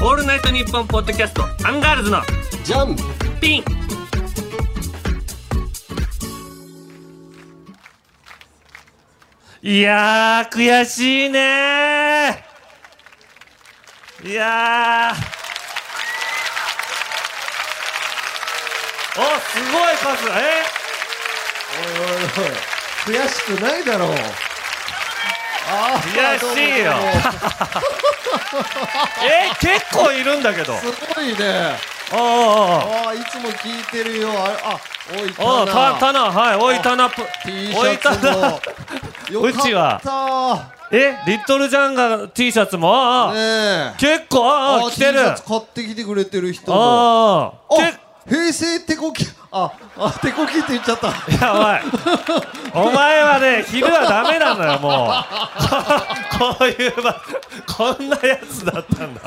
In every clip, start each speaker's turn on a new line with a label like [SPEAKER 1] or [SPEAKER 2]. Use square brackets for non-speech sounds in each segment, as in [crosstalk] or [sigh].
[SPEAKER 1] オールナイトニッポン」ポッドキャストアンガールズの
[SPEAKER 2] ジャン
[SPEAKER 1] ピンいやー悔しいねーいやーおすごいパスえ
[SPEAKER 2] おいおいおい悔しくないだろうあー
[SPEAKER 1] 悔しいよ
[SPEAKER 2] どうもどうも
[SPEAKER 1] え結構いるんだけどあ
[SPEAKER 2] すごいね
[SPEAKER 1] あ
[SPEAKER 2] ああいつも聞いてるよああおい
[SPEAKER 1] ああああ
[SPEAKER 2] た
[SPEAKER 1] たたなはいおいたなぷ
[SPEAKER 2] T シ
[SPEAKER 1] おいた
[SPEAKER 2] ャツ
[SPEAKER 1] な
[SPEAKER 2] もよかった
[SPEAKER 1] うち
[SPEAKER 2] は
[SPEAKER 1] えリットルジャンガ T シャツもああ、
[SPEAKER 2] ねえ
[SPEAKER 1] 結構ああ
[SPEAKER 2] あ
[SPEAKER 1] 着て
[SPEAKER 2] T
[SPEAKER 1] る
[SPEAKER 2] シャ
[SPEAKER 1] あ
[SPEAKER 2] ツ買ってきてくれてる人も
[SPEAKER 1] あ
[SPEAKER 2] あ
[SPEAKER 1] け
[SPEAKER 2] 平成手こきああ手こきって言っちゃった [laughs]
[SPEAKER 1] やばいお前はね昼はダメなのよもう [laughs] こういう場こんなやつだったんだ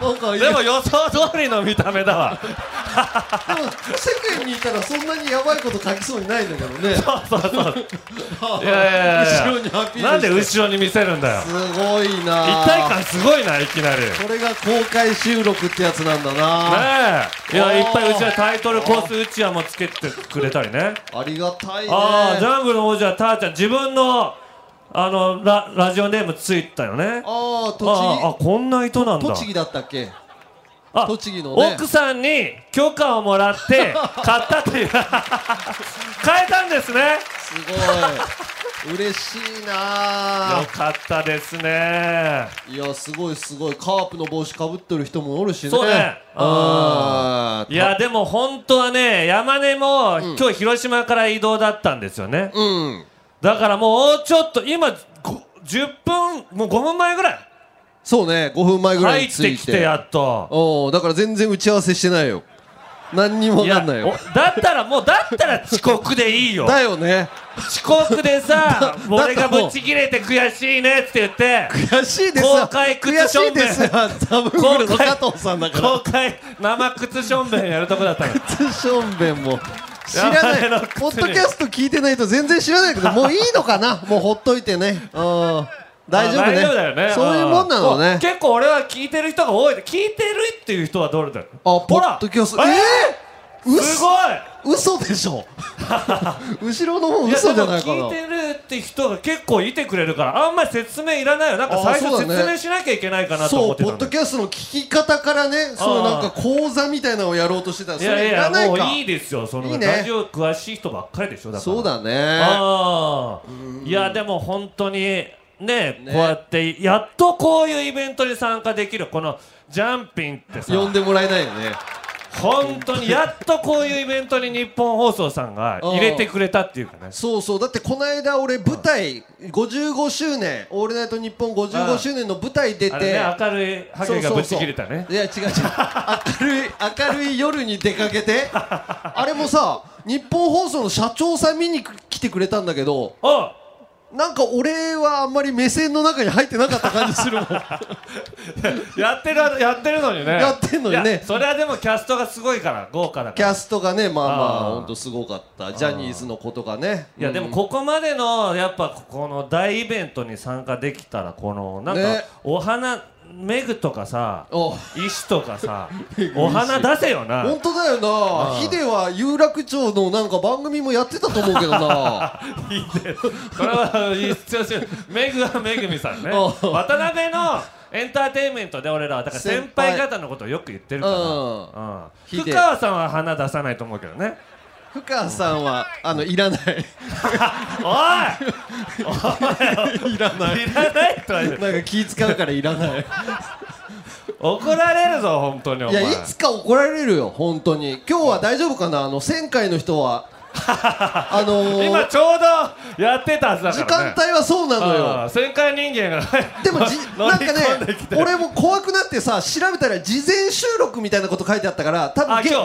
[SPEAKER 2] なんかいや
[SPEAKER 1] でも予想通りの見た目だ
[SPEAKER 2] [laughs]
[SPEAKER 1] わ
[SPEAKER 2] でも世間にいたらそんなにやばいこと書きそうにないんだけどね
[SPEAKER 1] そうそうそう
[SPEAKER 2] [laughs]
[SPEAKER 1] いやいやいや
[SPEAKER 2] 後ろにアピールして
[SPEAKER 1] なんで後ろに見せるんだよ
[SPEAKER 2] すごいな
[SPEAKER 1] 一体感すごいないきなりね
[SPEAKER 2] これが公開収録ってやつなんだな、
[SPEAKER 1] えいや
[SPEAKER 2] おー
[SPEAKER 1] いっぱいうちはタイトルコースうちわもつけてくれたりね
[SPEAKER 2] ありがたいね
[SPEAKER 1] ああジャングルの王者たーちゃん自分のあのララジオネームついたよねあ
[SPEAKER 2] あー
[SPEAKER 1] ああ
[SPEAKER 2] 栃
[SPEAKER 1] こんな人なん
[SPEAKER 2] 木
[SPEAKER 1] だ
[SPEAKER 2] 栃木だったっけ
[SPEAKER 1] あ
[SPEAKER 2] 栃木のね
[SPEAKER 1] 奥さんに許可をもらって
[SPEAKER 2] [laughs]
[SPEAKER 1] 買ったという変えたんですね
[SPEAKER 2] すごい嬉しいな
[SPEAKER 1] よかったですね
[SPEAKER 2] いやすごいすごいカープの帽子かぶってる人もおるしね
[SPEAKER 1] そうね
[SPEAKER 2] あー
[SPEAKER 1] いやでも本当はね山根も、今日広島から移動だったんですよね、
[SPEAKER 2] うん
[SPEAKER 1] だからもうちょっと今ご10分もう5分前ぐらい
[SPEAKER 2] そうね5分前ぐらい
[SPEAKER 1] 入
[SPEAKER 2] に
[SPEAKER 1] っ
[SPEAKER 2] ついて
[SPEAKER 1] てきてやっと
[SPEAKER 2] おうだから全然打ち合わせしてないよ何にも分かんないよ
[SPEAKER 1] おだったらもうだったら遅刻でいいよ
[SPEAKER 2] だよね
[SPEAKER 1] 遅刻でさ
[SPEAKER 2] だ
[SPEAKER 1] 俺が
[SPEAKER 2] だとも
[SPEAKER 1] ぶち切れて悔しいねって言って
[SPEAKER 2] 悔しいです
[SPEAKER 1] 公開靴
[SPEAKER 2] 悔し
[SPEAKER 1] 証明
[SPEAKER 2] いですダブルブルの加藤さんだから
[SPEAKER 1] 公開生靴しょんべんやるとこだったの
[SPEAKER 2] 靴しょんべんも知らない
[SPEAKER 1] 山根の靴に
[SPEAKER 2] ポッドキャスト聞いてないと全然知らないけどもういいのかなもうほっといてねうん大丈
[SPEAKER 1] あ
[SPEAKER 2] 夫ね
[SPEAKER 1] 大丈夫だよね
[SPEAKER 2] そういうもんなの
[SPEAKER 1] う
[SPEAKER 2] ね
[SPEAKER 1] 結構俺は聞いてる人が多い聞いてるっていう人はどれだよあ
[SPEAKER 2] あポッドキャスト
[SPEAKER 1] え
[SPEAKER 2] え
[SPEAKER 1] ー、
[SPEAKER 2] ー、
[SPEAKER 1] す
[SPEAKER 2] 嘘
[SPEAKER 1] ごい
[SPEAKER 2] 嘘でし
[SPEAKER 1] [laughs]
[SPEAKER 2] ょ後ろの方
[SPEAKER 1] いや
[SPEAKER 2] 嘘じゃない
[SPEAKER 1] で
[SPEAKER 2] か
[SPEAKER 1] も
[SPEAKER 2] な
[SPEAKER 1] 聞いてるって人が結構いてくれるからあんまり説明いらないよなんか最
[SPEAKER 2] あそ
[SPEAKER 1] 初
[SPEAKER 2] うだね
[SPEAKER 1] 説明しなきゃいけないかなと
[SPEAKER 2] そ
[SPEAKER 1] 思っ
[SPEAKER 2] う
[SPEAKER 1] て
[SPEAKER 2] ポ
[SPEAKER 1] た
[SPEAKER 2] ッ
[SPEAKER 1] んだよ
[SPEAKER 2] ドキャストの聞き方からねそのなんか講座みたいなのをやろうとしてた
[SPEAKER 1] い
[SPEAKER 2] そ
[SPEAKER 1] や
[SPEAKER 2] れ
[SPEAKER 1] い
[SPEAKER 2] いら
[SPEAKER 1] や
[SPEAKER 2] ない
[SPEAKER 1] もう
[SPEAKER 2] か
[SPEAKER 1] いいですよその
[SPEAKER 2] いいね
[SPEAKER 1] ラジオ詳しい人ばっかりでしょだから
[SPEAKER 2] そうだね
[SPEAKER 1] ああいやでも本当にねこうやってやっとこういうイベントに参加できるこのジャンピンってさ
[SPEAKER 2] 呼んでもらえないよね
[SPEAKER 1] 本当にやっとこういうイベントに日本放送さんが入れてくれたっていうかね
[SPEAKER 2] そうそうだってこの間俺舞台55周年「オールナイトニッポン」55周年の舞台出
[SPEAKER 1] あれ
[SPEAKER 2] て
[SPEAKER 1] ね明るいハ
[SPEAKER 2] そ
[SPEAKER 1] ゲ
[SPEAKER 2] う
[SPEAKER 1] が
[SPEAKER 2] そう
[SPEAKER 1] ぶ
[SPEAKER 2] そ
[SPEAKER 1] ち
[SPEAKER 2] う
[SPEAKER 1] 切れたね
[SPEAKER 2] いや違う違う明るい明るい夜に出かけてあれもさ日本放送の社長さん見に来てくれたんだけど
[SPEAKER 1] お
[SPEAKER 2] なんか俺はあんまり目線の中に入ってなかった感じするもん
[SPEAKER 1] やってるやってるのにね
[SPEAKER 2] [laughs] やってんのにね
[SPEAKER 1] いやそれはでもキャストがすごいから豪華だか
[SPEAKER 2] キ
[SPEAKER 1] ら
[SPEAKER 2] ャストがねまあま
[SPEAKER 1] あー
[SPEAKER 2] あほんとすごかったジャニーズの子とかね
[SPEAKER 1] いやでもここまでのやっぱこの大イベントに参加できたらこのなんか
[SPEAKER 2] ね
[SPEAKER 1] お花メグとかさ
[SPEAKER 2] お
[SPEAKER 1] 石とか
[SPEAKER 2] [laughs]
[SPEAKER 1] さ
[SPEAKER 2] グ
[SPEAKER 1] お花出せよな
[SPEAKER 2] 本当だよなヒデは有楽町のなんか番組もやってたと思うけどな
[SPEAKER 1] [laughs] いいねそれは必要しメグはめぐみさんね
[SPEAKER 2] お
[SPEAKER 1] 渡辺のエンターテインメントで俺らはだから先輩方のことをよく言ってるから、
[SPEAKER 2] う
[SPEAKER 1] うん
[SPEAKER 2] ヒ
[SPEAKER 1] 福
[SPEAKER 2] デ
[SPEAKER 1] 川さんは花出さないと思うけどね
[SPEAKER 2] 深川さんはあのいらない
[SPEAKER 1] おい
[SPEAKER 2] いらな
[SPEAKER 1] [laughs]
[SPEAKER 2] い
[SPEAKER 1] いらないとは言う
[SPEAKER 2] なんか気使うからいらない
[SPEAKER 1] 怒られるぞ本当 [laughs] にお
[SPEAKER 2] いや
[SPEAKER 1] 前
[SPEAKER 2] いつか怒られるよ本当に今日は大丈夫かなあの1000回の人
[SPEAKER 1] [laughs]
[SPEAKER 2] はあのー
[SPEAKER 1] 今ちょうどやってたはずだから、ね、
[SPEAKER 2] 時間帯はそうなのよ
[SPEAKER 1] ああ旋回人間が
[SPEAKER 2] [laughs] でもじ
[SPEAKER 1] [laughs] 乗
[SPEAKER 2] なん
[SPEAKER 1] り
[SPEAKER 2] か
[SPEAKER 1] 込んで
[SPEAKER 2] ね
[SPEAKER 1] きて
[SPEAKER 2] 俺も怖くなってさ調べたら事前収録みたいなこと書いてあったから多分
[SPEAKER 1] あ
[SPEAKER 2] げ現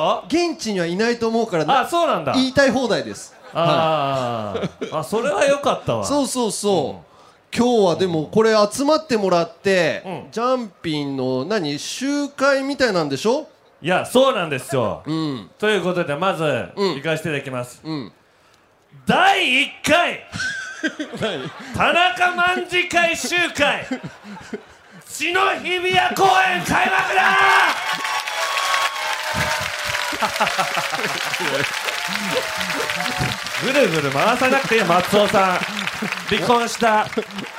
[SPEAKER 2] 地にはいないと思うから
[SPEAKER 1] あ
[SPEAKER 2] な
[SPEAKER 1] そうなんだ
[SPEAKER 2] 言いたい放題ですは
[SPEAKER 1] あーあそれは良かったわ
[SPEAKER 2] いそうそうそう今日はでもこれ集まってもらって
[SPEAKER 1] うん
[SPEAKER 2] ジャンピンの何集会みたいなんでしょ
[SPEAKER 1] いやそうなんですよ、
[SPEAKER 2] うん
[SPEAKER 1] ということでまず、
[SPEAKER 2] うん
[SPEAKER 1] 行かせていただきます
[SPEAKER 2] うん
[SPEAKER 1] 第1回田中卍会集会血の日比谷公演開幕
[SPEAKER 2] [laughs]
[SPEAKER 1] だぐるぐる回さなくていい松尾さん離婚した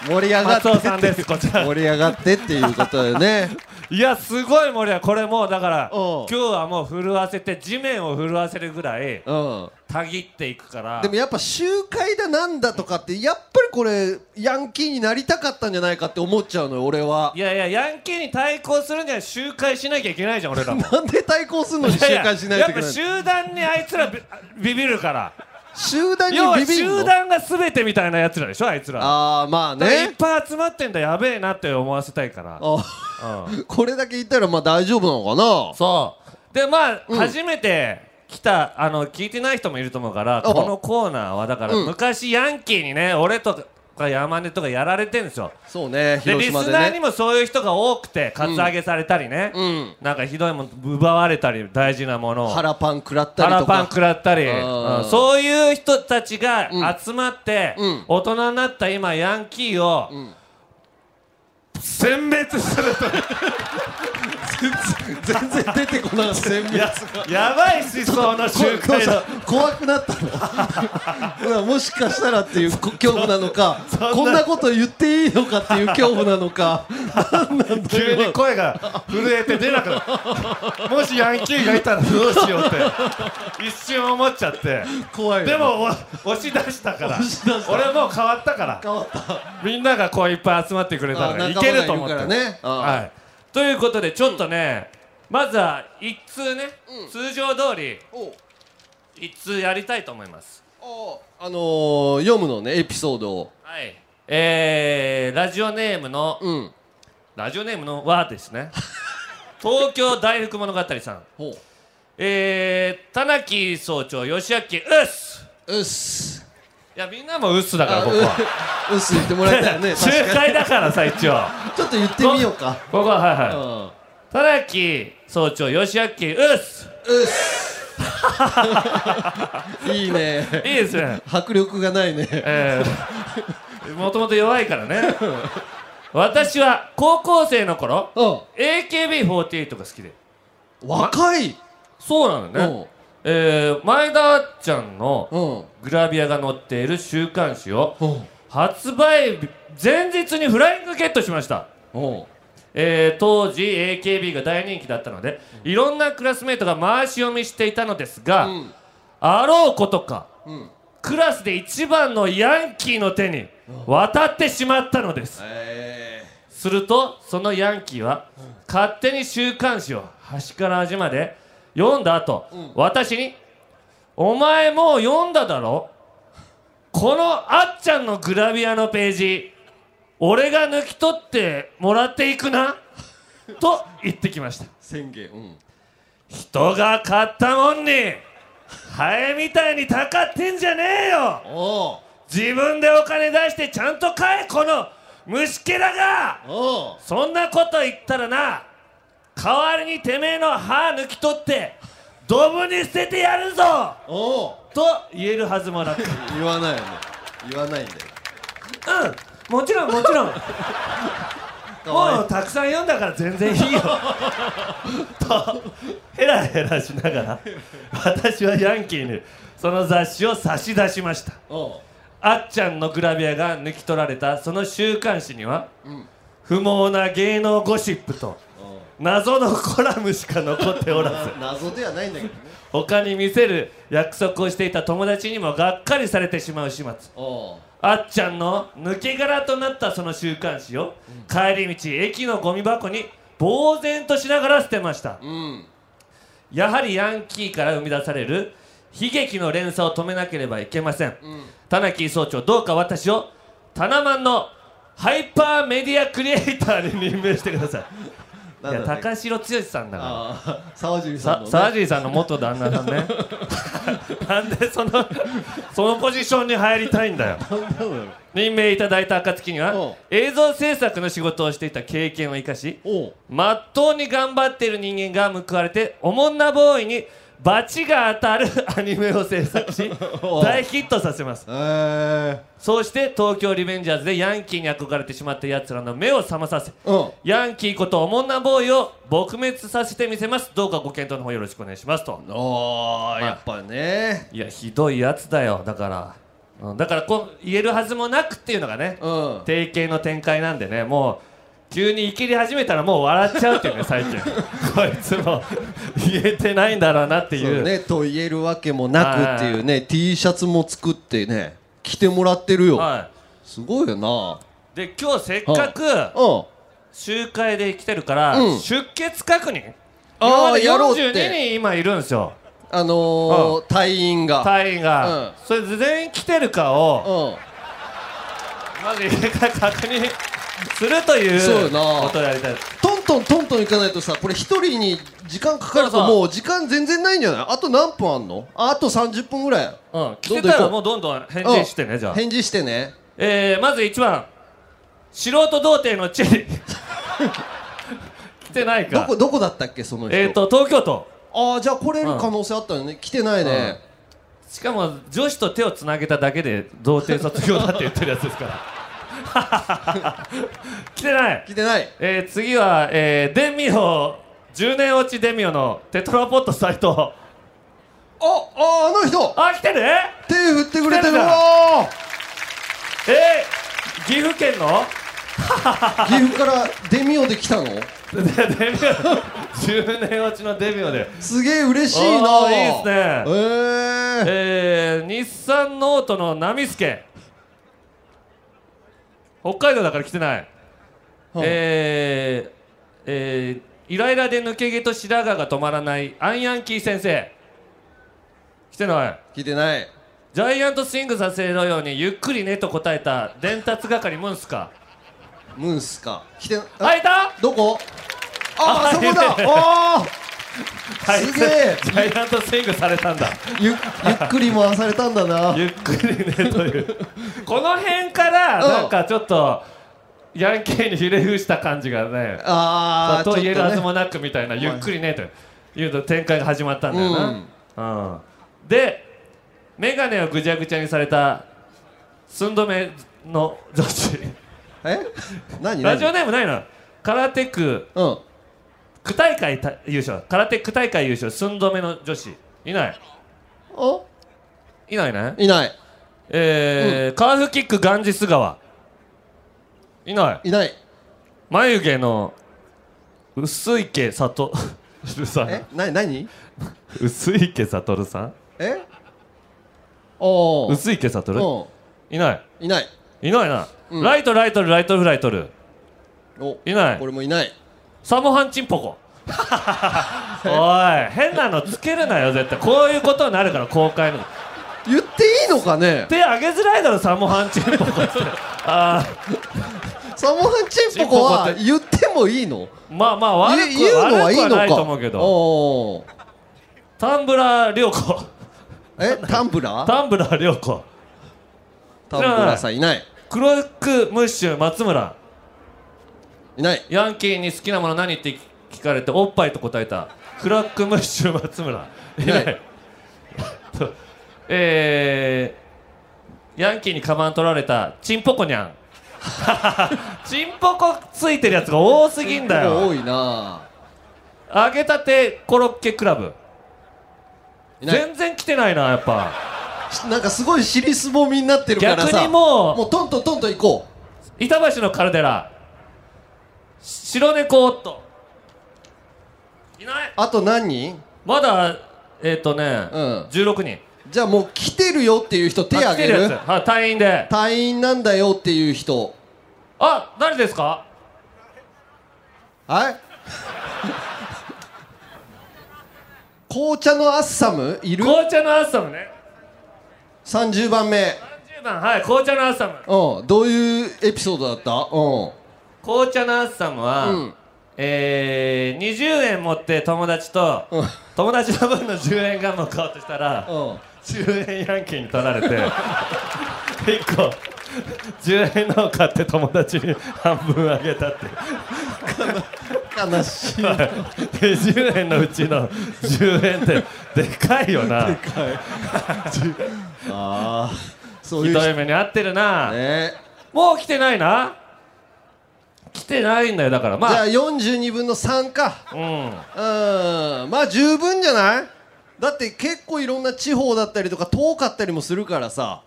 [SPEAKER 2] 盛り上がって
[SPEAKER 1] 松尾さんですこちら
[SPEAKER 2] [laughs] 盛り上がってっていうことでね [laughs]
[SPEAKER 1] いやすごい盛り上がりこれもうだから
[SPEAKER 2] お
[SPEAKER 1] 今
[SPEAKER 2] う
[SPEAKER 1] 日はもう震わせて地面を震わせるぐらい
[SPEAKER 2] うん
[SPEAKER 1] たぎっていくから
[SPEAKER 2] でもやっぱ集会だなんだとかってやっぱりこれヤンキーになりたかったんじゃないかって思っちゃうのよ俺はい
[SPEAKER 1] やいやヤンキーに対抗するには集会しなきゃいけないじゃん俺らも
[SPEAKER 2] なんで対抗するのに [laughs] 集会しないといけない
[SPEAKER 1] やや
[SPEAKER 2] の
[SPEAKER 1] っぱ集団にあいつらびビビるから
[SPEAKER 2] 集団に
[SPEAKER 1] 要は
[SPEAKER 2] ビビる
[SPEAKER 1] 集
[SPEAKER 2] の
[SPEAKER 1] 団が全てみたいなやつらでしょあいつら
[SPEAKER 2] ああまあ
[SPEAKER 1] だからいっ
[SPEAKER 2] ね
[SPEAKER 1] ぱい集まってんだやべえなって思わせたいから、
[SPEAKER 2] あ
[SPEAKER 1] うん
[SPEAKER 2] これだけ言ったらまあ大丈夫なのか
[SPEAKER 1] そうでまあ、
[SPEAKER 2] うん
[SPEAKER 1] 初めて来たあの聞いてない人もいると思うから
[SPEAKER 2] お
[SPEAKER 1] このコーナーはだから、
[SPEAKER 2] うん
[SPEAKER 1] 昔ヤンキーにね俺とか山根とかやられてんですよ
[SPEAKER 2] なそうね
[SPEAKER 1] でリ
[SPEAKER 2] 広
[SPEAKER 1] ス
[SPEAKER 2] 島で
[SPEAKER 1] ナーに
[SPEAKER 2] ね
[SPEAKER 1] もそういう人が多くてカツアゲされたりね、
[SPEAKER 2] うん
[SPEAKER 1] なんかひどいもの奪われたり大事なものを
[SPEAKER 2] 腹パン食らったり
[SPEAKER 1] 腹
[SPEAKER 2] と
[SPEAKER 1] パン
[SPEAKER 2] か
[SPEAKER 1] 食らったり、
[SPEAKER 2] うん
[SPEAKER 1] うんそういう人たちが集まって、
[SPEAKER 2] うん
[SPEAKER 1] 大人になった今ヤンキーを、
[SPEAKER 2] ん
[SPEAKER 1] 殲滅するという
[SPEAKER 2] 全然出てこなかった全滅
[SPEAKER 1] や [laughs] やばい思想の集
[SPEAKER 2] こどう
[SPEAKER 1] 会
[SPEAKER 2] し
[SPEAKER 1] だ
[SPEAKER 2] た怖くなったの [laughs] うわもしかしたらっていうこ恐怖なのかこんなこと言っていいのかっていう恐怖な
[SPEAKER 1] [laughs]
[SPEAKER 2] のか何なんだ
[SPEAKER 1] 急
[SPEAKER 2] ろ
[SPEAKER 1] に
[SPEAKER 2] う
[SPEAKER 1] 声が震えて出なくな [laughs] るもしヤンキーがいたらどうしようって一瞬思っちゃって
[SPEAKER 2] 怖い
[SPEAKER 1] でもお押し出したから
[SPEAKER 2] 押し出した
[SPEAKER 1] 俺もう変わったから
[SPEAKER 2] 変わった
[SPEAKER 1] みんながこういっぱい集まってくれた
[SPEAKER 2] あ
[SPEAKER 1] からい
[SPEAKER 2] 仲間
[SPEAKER 1] け
[SPEAKER 2] が
[SPEAKER 1] ると思っ
[SPEAKER 2] いる
[SPEAKER 1] た
[SPEAKER 2] からねあ
[SPEAKER 1] はい、ということでちょっとね、まずは一通ね、
[SPEAKER 2] うん
[SPEAKER 1] 通常通り
[SPEAKER 2] お
[SPEAKER 1] 一通やりたいと思います
[SPEAKER 2] おあのー、読むのねエピソードを
[SPEAKER 1] はいえー、ラジオネームの
[SPEAKER 2] うん
[SPEAKER 1] ラジオネームのはです
[SPEAKER 2] [laughs]
[SPEAKER 1] ね東京大福物語さん
[SPEAKER 2] ほ
[SPEAKER 1] えー、田中総長、吉明、うっす
[SPEAKER 2] ううっす
[SPEAKER 1] いや、みんなもうっすだから、
[SPEAKER 2] あ
[SPEAKER 1] ここ [laughs] は。
[SPEAKER 2] ううっす言ってもらいたい [laughs] よね
[SPEAKER 1] 集
[SPEAKER 2] 確かに
[SPEAKER 1] 会だからさ、一応。
[SPEAKER 2] ちょっと言ってみようか
[SPEAKER 1] ここは、はいうはい。
[SPEAKER 2] んう
[SPEAKER 1] 田中総長、吉明、うっす
[SPEAKER 2] っ [laughs] すいいね
[SPEAKER 1] いいですね。
[SPEAKER 2] 迫力がないね
[SPEAKER 1] えー、もともと弱いからね。私は、高校生の頃、
[SPEAKER 2] うん
[SPEAKER 1] AKB48 が好きで。
[SPEAKER 2] 若い
[SPEAKER 1] そうなのね。えー、前田あっちゃんの
[SPEAKER 2] うんうん
[SPEAKER 1] グラビアが載っている週刊誌を、
[SPEAKER 2] うん
[SPEAKER 1] 発売日前日にフライングゲットしました。
[SPEAKER 2] お
[SPEAKER 1] えー当時 AKB が大人気だったので、いろんなクラスメートが回し読みしていたのですが、
[SPEAKER 2] うん
[SPEAKER 1] あろうことか
[SPEAKER 2] うん
[SPEAKER 1] クラスで一番のヤンキーの手に渡ってしまったのです、
[SPEAKER 2] え
[SPEAKER 1] するとそのヤンキーは、勝手に週刊誌を端から端まで読んだ後、私に「お前もう読んだだろこのあっちゃんのグラビアのページ俺が抜き取ってもらっていくな」と言ってきました
[SPEAKER 2] 宣言うん
[SPEAKER 1] 人が買ったもんにハエみたいにたかってんじゃねえよ
[SPEAKER 2] おう
[SPEAKER 1] 自分でお金出してちゃんと買えこの虫けらが
[SPEAKER 2] おう
[SPEAKER 1] そんなこと言ったらな代わりにてめえの歯抜き取ってドブに捨ててやるぞ
[SPEAKER 2] おう
[SPEAKER 1] と言えるはずもなくう
[SPEAKER 2] 言わないよね言わないんだよ
[SPEAKER 1] んもちろんもちろん
[SPEAKER 2] かわいい
[SPEAKER 1] [laughs] もうたくさん読んだから全然いいよ [laughs] とヘラヘラしながら私はヤンキーにその雑誌を差し出しました
[SPEAKER 2] おう
[SPEAKER 1] あっちゃんのグラビアが抜き取られたその週刊誌には、
[SPEAKER 2] ん
[SPEAKER 1] 不毛な芸能ゴシップと
[SPEAKER 2] おう
[SPEAKER 1] 謎のコラムしか残っておらず
[SPEAKER 2] な謎ではないんだけどね
[SPEAKER 1] 他に見せる約束をしていた友達にもがっかりされてしまう始末
[SPEAKER 2] おう
[SPEAKER 1] あっちゃんの抜け殻となったその週刊誌を、帰り道駅のゴミ箱に呆然としながら捨てました、
[SPEAKER 2] うん
[SPEAKER 1] やはりヤンキーから生み出される悲劇の連鎖を止めなければいけません、田中総長どうか私をタナマンのハイパーメディアクリエイターに任命してくださいい
[SPEAKER 2] な
[SPEAKER 1] や
[SPEAKER 2] んだろうね
[SPEAKER 1] 高城剛さんだから
[SPEAKER 2] ああ沢尻
[SPEAKER 1] さ
[SPEAKER 2] さんのね
[SPEAKER 1] 沢尻さんの元旦那さん
[SPEAKER 2] [laughs]
[SPEAKER 1] ねなんでそのそのポジションに入りたいんだよ
[SPEAKER 2] なんだろう
[SPEAKER 1] 任命いただいた暁に
[SPEAKER 2] お
[SPEAKER 1] は
[SPEAKER 2] う
[SPEAKER 1] 映像制作の仕事をしていた経験を生かし
[SPEAKER 2] おう
[SPEAKER 1] まっとうに頑張っている人間が報われておもんなボーイにバチが当たる [laughs] アニメを制作し大ヒットさせます
[SPEAKER 2] えー、
[SPEAKER 1] そして東京リベンジャーズでヤンキーに憧れてしまった奴らの目を覚まさせ
[SPEAKER 2] うん
[SPEAKER 1] ヤンキーことおもんなボーイを撲滅させてみせますどうかご検討の方よろしくお願いしますと
[SPEAKER 2] おーやっぱね
[SPEAKER 1] いやひどいやつだよだから、うん、だからこう言えるはずもなくっていうのがね
[SPEAKER 2] うん
[SPEAKER 1] 定型の展開なんでねもう急にイキり始めたらもう笑っちゃうっていう
[SPEAKER 2] [laughs]
[SPEAKER 1] ね最近こいつも言えてないんだろうなって
[SPEAKER 2] そ
[SPEAKER 1] いう
[SPEAKER 2] うねと言えるわけもなくっていうね T シャツも作ってね着てもらってるよ、
[SPEAKER 1] は、
[SPEAKER 2] すごいよない
[SPEAKER 1] で今日せっかく
[SPEAKER 2] うん
[SPEAKER 1] 集会で来てるから、
[SPEAKER 2] うん
[SPEAKER 1] 出欠確認
[SPEAKER 2] あー
[SPEAKER 1] 今まで
[SPEAKER 2] やろうって
[SPEAKER 1] 42人今いるんですよ
[SPEAKER 2] あのー、隊員が
[SPEAKER 1] 隊員が、
[SPEAKER 2] うん
[SPEAKER 1] それ全員来てるかを、
[SPEAKER 2] うん
[SPEAKER 1] まず入れ替え確認するとい
[SPEAKER 2] そうよ
[SPEAKER 1] う
[SPEAKER 2] な
[SPEAKER 1] ことをやりたい
[SPEAKER 2] トントントントン行かないとさこれ一人に時間かかる
[SPEAKER 1] そう
[SPEAKER 2] と
[SPEAKER 1] そう
[SPEAKER 2] もう時間全然ないんじゃないあと何分あんのああと30分ぐらい
[SPEAKER 1] うん、来
[SPEAKER 2] ど
[SPEAKER 1] て
[SPEAKER 2] んど
[SPEAKER 1] た
[SPEAKER 2] ん行こ
[SPEAKER 1] ら
[SPEAKER 2] う
[SPEAKER 1] もうどんどん返事してね、じゃあ、
[SPEAKER 2] 返事してね
[SPEAKER 1] えー、まず1番素人童貞のチェリー来てない
[SPEAKER 2] ど
[SPEAKER 1] か
[SPEAKER 2] こどこだったっけその人
[SPEAKER 1] えっ、ー、と東京都
[SPEAKER 2] ああじゃあ来れる可能性あったよね来てないね
[SPEAKER 1] しかも女子と手をつなげただけで童貞卒業だって言ってるやつですから [laughs] 来てない
[SPEAKER 2] 来てない
[SPEAKER 1] えー、次は、えー、デミオ10年落ちデミオのテトラポット斎藤あ
[SPEAKER 2] あああの人
[SPEAKER 1] 来てる
[SPEAKER 2] 手振ってくれ
[SPEAKER 1] 来
[SPEAKER 2] て
[SPEAKER 1] てる
[SPEAKER 2] る
[SPEAKER 1] な
[SPEAKER 2] わ
[SPEAKER 1] えー、岐阜県の [laughs]
[SPEAKER 2] ー岐阜からデミオで来たの
[SPEAKER 1] でデビュー10年落ちのデビューです
[SPEAKER 2] げえ嬉しいな
[SPEAKER 1] おーいいっすね
[SPEAKER 2] え
[SPEAKER 1] え
[SPEAKER 2] え
[SPEAKER 1] ー、日産ノートの波助北海道だから来てない、
[SPEAKER 2] はい
[SPEAKER 1] えー、えー、イライラで抜け毛と白髪が止まらないアンヤンキー先生来てない
[SPEAKER 2] 来てない
[SPEAKER 1] ジャイアントスイングさせろようにゆっくりねと答えた伝達係ムンスカ
[SPEAKER 2] ムンスか来てな
[SPEAKER 1] あいた
[SPEAKER 2] どこああ
[SPEAKER 1] あ
[SPEAKER 2] そこ
[SPEAKER 1] い
[SPEAKER 2] だ
[SPEAKER 1] いね
[SPEAKER 2] ああ
[SPEAKER 1] はい
[SPEAKER 2] すげえ
[SPEAKER 1] ジャイアントスイングされたんだ
[SPEAKER 2] ゆゆっくり回されたんだな
[SPEAKER 1] [laughs] ゆっくりねというこの辺から
[SPEAKER 2] うん
[SPEAKER 1] なんかちょっとヤンキーにひれ伏した感じがね
[SPEAKER 2] ああ
[SPEAKER 1] と言えるはず
[SPEAKER 2] ね
[SPEAKER 1] もなくみたいなゆっくりねというと展開が始まったんだよな、うんで眼鏡をぐちゃぐちゃにされた寸止めの女子
[SPEAKER 2] え何何
[SPEAKER 1] ラジオネームないの空手区
[SPEAKER 2] うん
[SPEAKER 1] 区大会た優勝空手区大会優勝寸止めの女子いない
[SPEAKER 2] お
[SPEAKER 1] いないね
[SPEAKER 2] いない
[SPEAKER 1] えーカーフキックガンジス川いない
[SPEAKER 2] いない
[SPEAKER 1] 眉毛の薄池悟さん
[SPEAKER 2] えな何
[SPEAKER 1] 薄池悟さん
[SPEAKER 2] えおお
[SPEAKER 1] 薄池悟いない
[SPEAKER 2] いない
[SPEAKER 1] いないな、
[SPEAKER 2] うん
[SPEAKER 1] ライトライトルライトルフライトル
[SPEAKER 2] お
[SPEAKER 1] いない
[SPEAKER 2] これもいない
[SPEAKER 1] サモハンチンポ
[SPEAKER 2] [laughs]
[SPEAKER 1] コおい変なのつけるなよ絶対こういうことになるから公開の
[SPEAKER 2] 言っていいのかね
[SPEAKER 1] 手上げづらいだろサモハンチンポコって
[SPEAKER 2] [laughs]
[SPEAKER 1] あ
[SPEAKER 2] サモハンチンポコは言ってもいいの
[SPEAKER 1] ーまあまあ悪く
[SPEAKER 2] 言うのはいい
[SPEAKER 1] 悪く
[SPEAKER 2] の
[SPEAKER 1] はないと
[SPEAKER 2] か
[SPEAKER 1] 思うけど
[SPEAKER 2] おー
[SPEAKER 1] タンブラー涼子
[SPEAKER 2] え
[SPEAKER 1] [laughs]
[SPEAKER 2] タンブラー
[SPEAKER 1] タンブラー涼子
[SPEAKER 2] タンブラーさんいない
[SPEAKER 1] クロックムッシュ松村
[SPEAKER 2] いない
[SPEAKER 1] ヤンキーに好きなもの何って聞かれておっぱいと答えたクラックムッシュ松村いない
[SPEAKER 2] いない
[SPEAKER 1] とえー、ヤンキーにカバン取られたチンポコニ
[SPEAKER 2] [laughs]
[SPEAKER 1] ャンチンポコついてるやつが多すぎんだ
[SPEAKER 2] もう
[SPEAKER 1] よ
[SPEAKER 2] [laughs] 多いな
[SPEAKER 1] 揚げたてコロッケクラブ
[SPEAKER 2] いない
[SPEAKER 1] 全然来てないなやっぱ
[SPEAKER 2] なんかすごい尻すぼみになってるから
[SPEAKER 1] 逆
[SPEAKER 2] さ
[SPEAKER 1] にもう
[SPEAKER 2] もうトントントントン行こ
[SPEAKER 1] 板橋のカルデラし白猫おっといないう
[SPEAKER 2] あと何人
[SPEAKER 1] まだえっ、ー、とね、
[SPEAKER 2] うん
[SPEAKER 1] 16人
[SPEAKER 2] じゃあもう来てるよっていう人手
[SPEAKER 1] あ
[SPEAKER 2] 挙
[SPEAKER 1] 来て
[SPEAKER 2] げ
[SPEAKER 1] るやつ
[SPEAKER 2] る
[SPEAKER 1] はい隊員で
[SPEAKER 2] 隊員なんだよっていう人
[SPEAKER 1] あ誰ですか
[SPEAKER 2] はい紅茶のアッサムいる
[SPEAKER 1] 紅茶のアッサムね
[SPEAKER 2] 30番目
[SPEAKER 1] 30番はい紅茶のアッサム
[SPEAKER 2] うんどういうエピソードだったう
[SPEAKER 1] 紅茶のアッサムは、
[SPEAKER 2] うん
[SPEAKER 1] えー、20円持って友達と、
[SPEAKER 2] うん
[SPEAKER 1] 友達の分の10円ガムを買おうとしたら、
[SPEAKER 2] んうん
[SPEAKER 1] 10円ヤンキーに取られて [laughs] 1個10円のを買って友達に半分あげたっていう
[SPEAKER 2] 悲し
[SPEAKER 1] [laughs]
[SPEAKER 2] い
[SPEAKER 1] で10円のうちの10円ってでかいよな
[SPEAKER 2] ああそう
[SPEAKER 1] ひ
[SPEAKER 2] いう
[SPEAKER 1] ど
[SPEAKER 2] 人
[SPEAKER 1] い目に遭ってるな、
[SPEAKER 2] ね
[SPEAKER 1] もう来てないな来てないんだよだから
[SPEAKER 2] じゃ
[SPEAKER 1] ま
[SPEAKER 2] あ
[SPEAKER 1] あ
[SPEAKER 2] 42分の3か
[SPEAKER 1] うん
[SPEAKER 2] うんまあ十分じゃないだって結構いろんな地方だったりとか遠かったりもするからさ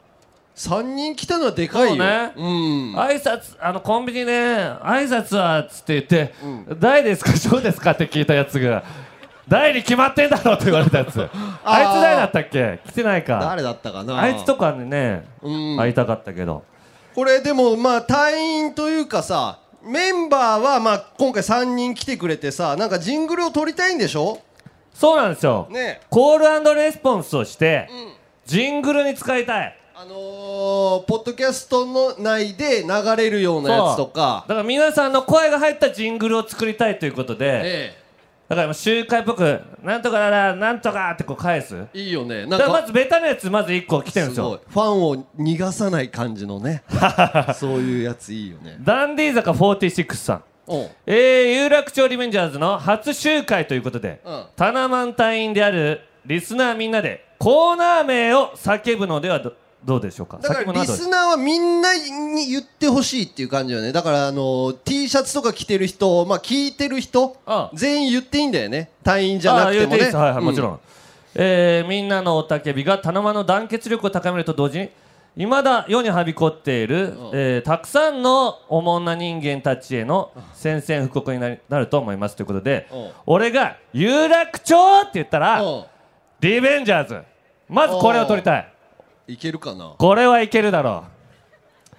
[SPEAKER 2] 3人来たのはでかいよ
[SPEAKER 1] そうね
[SPEAKER 2] うん
[SPEAKER 1] 挨拶あのコンビニで挨拶はっつって言って「大、ですか [laughs] 小ですか?」って聞いたやつが「大に決まってんだろ」って言われたやつあいつ大だったっけ来てないか
[SPEAKER 2] 誰だったかな
[SPEAKER 1] あいつとかにね
[SPEAKER 2] うん
[SPEAKER 1] 会いたかったけど
[SPEAKER 2] これでもまあ隊員というかさメンバーはまあ今回3人来てくれてさなんかジングルを撮りたいんでしょ
[SPEAKER 1] そうなんですよ、
[SPEAKER 2] ねえ
[SPEAKER 1] コールレスポンスをして、ジングルに使いたい
[SPEAKER 2] あのー、ポッドキャストの内で流れるようなやつとか
[SPEAKER 1] だから皆さんの声が入ったジングルを作りたいということで
[SPEAKER 2] え
[SPEAKER 1] だからもう集会っぽく「なんとかだななんとか」ってこう返す
[SPEAKER 2] えいいよねな
[SPEAKER 1] だか
[SPEAKER 2] んから
[SPEAKER 1] まずベタなやつまず1個来てるんですすよ
[SPEAKER 2] ごいファンを逃がさない感じ
[SPEAKER 1] [laughs]
[SPEAKER 2] のねそういうやついいよね
[SPEAKER 1] ダンディー坂46さん
[SPEAKER 2] おう
[SPEAKER 1] えー、有楽町リベンジャーズの初集会ということで、
[SPEAKER 2] うん
[SPEAKER 1] タナマン隊員であるリスナーみんなでコーナー名を叫ぶのではどどうでしょうか
[SPEAKER 2] だから
[SPEAKER 1] 叫ぶのはどう
[SPEAKER 2] リ
[SPEAKER 1] でしょ
[SPEAKER 2] スナーはみんなに言ってほしいっていう感じよねだからあのー T シャツとか着てる人まあ聞いてる人
[SPEAKER 1] ああ
[SPEAKER 2] 全員言っていいんだよね隊員
[SPEAKER 1] う
[SPEAKER 2] じゃな
[SPEAKER 1] あ
[SPEAKER 2] くて
[SPEAKER 1] ー言っ
[SPEAKER 2] も
[SPEAKER 1] いい
[SPEAKER 2] ね
[SPEAKER 1] ですはいはい、もちろ
[SPEAKER 2] ん
[SPEAKER 1] ん、えー、みんなの雄たけびがタナマの団結力を高めると同時にいまだ世にはびこっている、えーたくさんのおもんな人間たちへの宣戦布告になりなると思いますということで、
[SPEAKER 2] うん
[SPEAKER 1] 俺が「有楽町!」って言ったら、
[SPEAKER 2] うん
[SPEAKER 1] リベンジャーズまずこれを取りたい
[SPEAKER 2] いけるかな
[SPEAKER 1] これはいけるだろ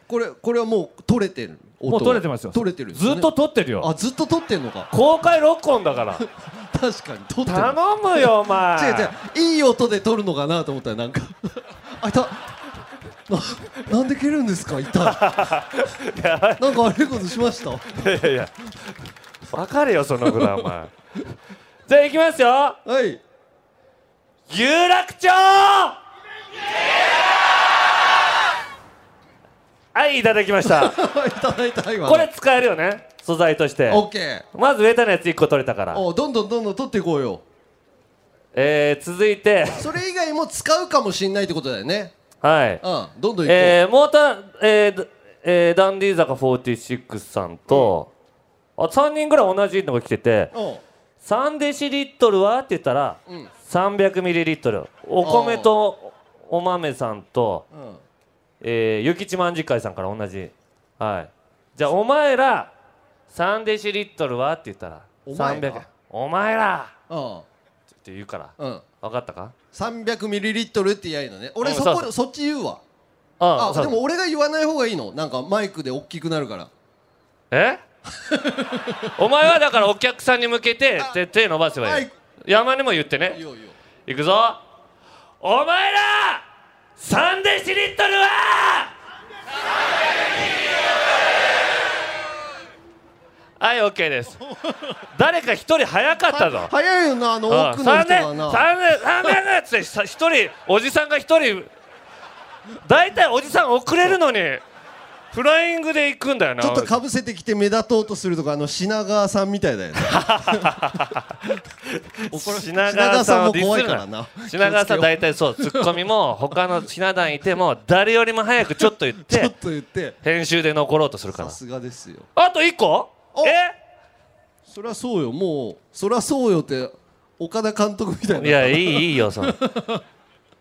[SPEAKER 2] これこれはもう取れてる
[SPEAKER 1] う
[SPEAKER 2] 音
[SPEAKER 1] も
[SPEAKER 2] は
[SPEAKER 1] う取れてますよ
[SPEAKER 2] 取れてるんですね
[SPEAKER 1] ずっと取ってるよ
[SPEAKER 2] あずっと取ってんのか
[SPEAKER 1] 公開録音だから
[SPEAKER 2] [laughs] 確かに取ってる
[SPEAKER 1] 頼むよお前
[SPEAKER 2] [laughs] 違う違ういい音で取るのかなと思ったらなんかあいたななんで蹴るんですかいた
[SPEAKER 1] [laughs]
[SPEAKER 2] なんか悪いことしました
[SPEAKER 1] いやいや分かれよそのぐらいお前じゃあいきますよ
[SPEAKER 2] はい [laughs]
[SPEAKER 1] 有楽町はいいただきました
[SPEAKER 2] いただいた今の
[SPEAKER 1] これ使えるよね素材として
[SPEAKER 2] オッケー
[SPEAKER 1] まず上田のやつ1個取れたから、
[SPEAKER 2] おどんどんどんどん取っていこうよ
[SPEAKER 1] えー、続いて
[SPEAKER 2] それ以外も使うかもしんないってことだよね
[SPEAKER 1] はい
[SPEAKER 2] うんどんどんいこう、
[SPEAKER 1] えー、モーター、えーどえーダンディー坂46さんと、あ3人ぐらい同じのが来てて
[SPEAKER 2] おう
[SPEAKER 1] 3デシリットルはって言ったら、
[SPEAKER 2] ん
[SPEAKER 1] 300ミリリットルお米とお豆さんと、
[SPEAKER 2] うん
[SPEAKER 1] えー、ゆきちまんじ会さんから同じはいじゃあお前ら3デシリットルはって言ったら
[SPEAKER 2] お前ら
[SPEAKER 1] 300お前ら
[SPEAKER 2] うん
[SPEAKER 1] って言うから
[SPEAKER 2] うん
[SPEAKER 1] 分かったか
[SPEAKER 2] 300ミリリットルって言えばいいのね
[SPEAKER 1] う
[SPEAKER 2] 俺
[SPEAKER 1] ん
[SPEAKER 2] そこ
[SPEAKER 1] そうそ
[SPEAKER 2] そっち言うわ
[SPEAKER 1] あ
[SPEAKER 2] あでも俺が言わない方がいいのなんかマイクで大きくなるから [laughs]
[SPEAKER 1] えお前はだからお客さんに向けて手手伸ばせばいい、
[SPEAKER 2] はい
[SPEAKER 1] 山にも言って
[SPEAKER 2] いい
[SPEAKER 1] ね
[SPEAKER 2] よいいよ
[SPEAKER 1] いくぞお前ら3デシリットルははい OK です誰か一人早かった
[SPEAKER 2] [laughs]
[SPEAKER 1] ぞ
[SPEAKER 2] 早いよなあの
[SPEAKER 1] うん
[SPEAKER 2] 奥の人がな
[SPEAKER 1] 三年三年のやつでさ一人おじさんが一人大体おじさん遅れるのにフライングで行くんだよな
[SPEAKER 2] ちょっとかぶせてきて目立とうとするとかあの品川さんみたいだ
[SPEAKER 1] [laughs]
[SPEAKER 2] よね怒ら
[SPEAKER 1] 品川さんをディス
[SPEAKER 2] 品川さんも怖い
[SPEAKER 1] る
[SPEAKER 2] から
[SPEAKER 1] な
[SPEAKER 2] な
[SPEAKER 1] 品川さん
[SPEAKER 2] 気をつけよ
[SPEAKER 1] 大体そうツッコミも他のひな壇いても誰よりも早くちょっと言っ
[SPEAKER 2] ちょ
[SPEAKER 1] て
[SPEAKER 2] っと言って
[SPEAKER 1] 編集で残ろうとするから
[SPEAKER 2] さすがですよ
[SPEAKER 1] あと1個
[SPEAKER 2] お
[SPEAKER 1] え
[SPEAKER 2] そりゃそうよもうそりゃそうよって岡田監督みたいない
[SPEAKER 1] やいいいいよその [laughs]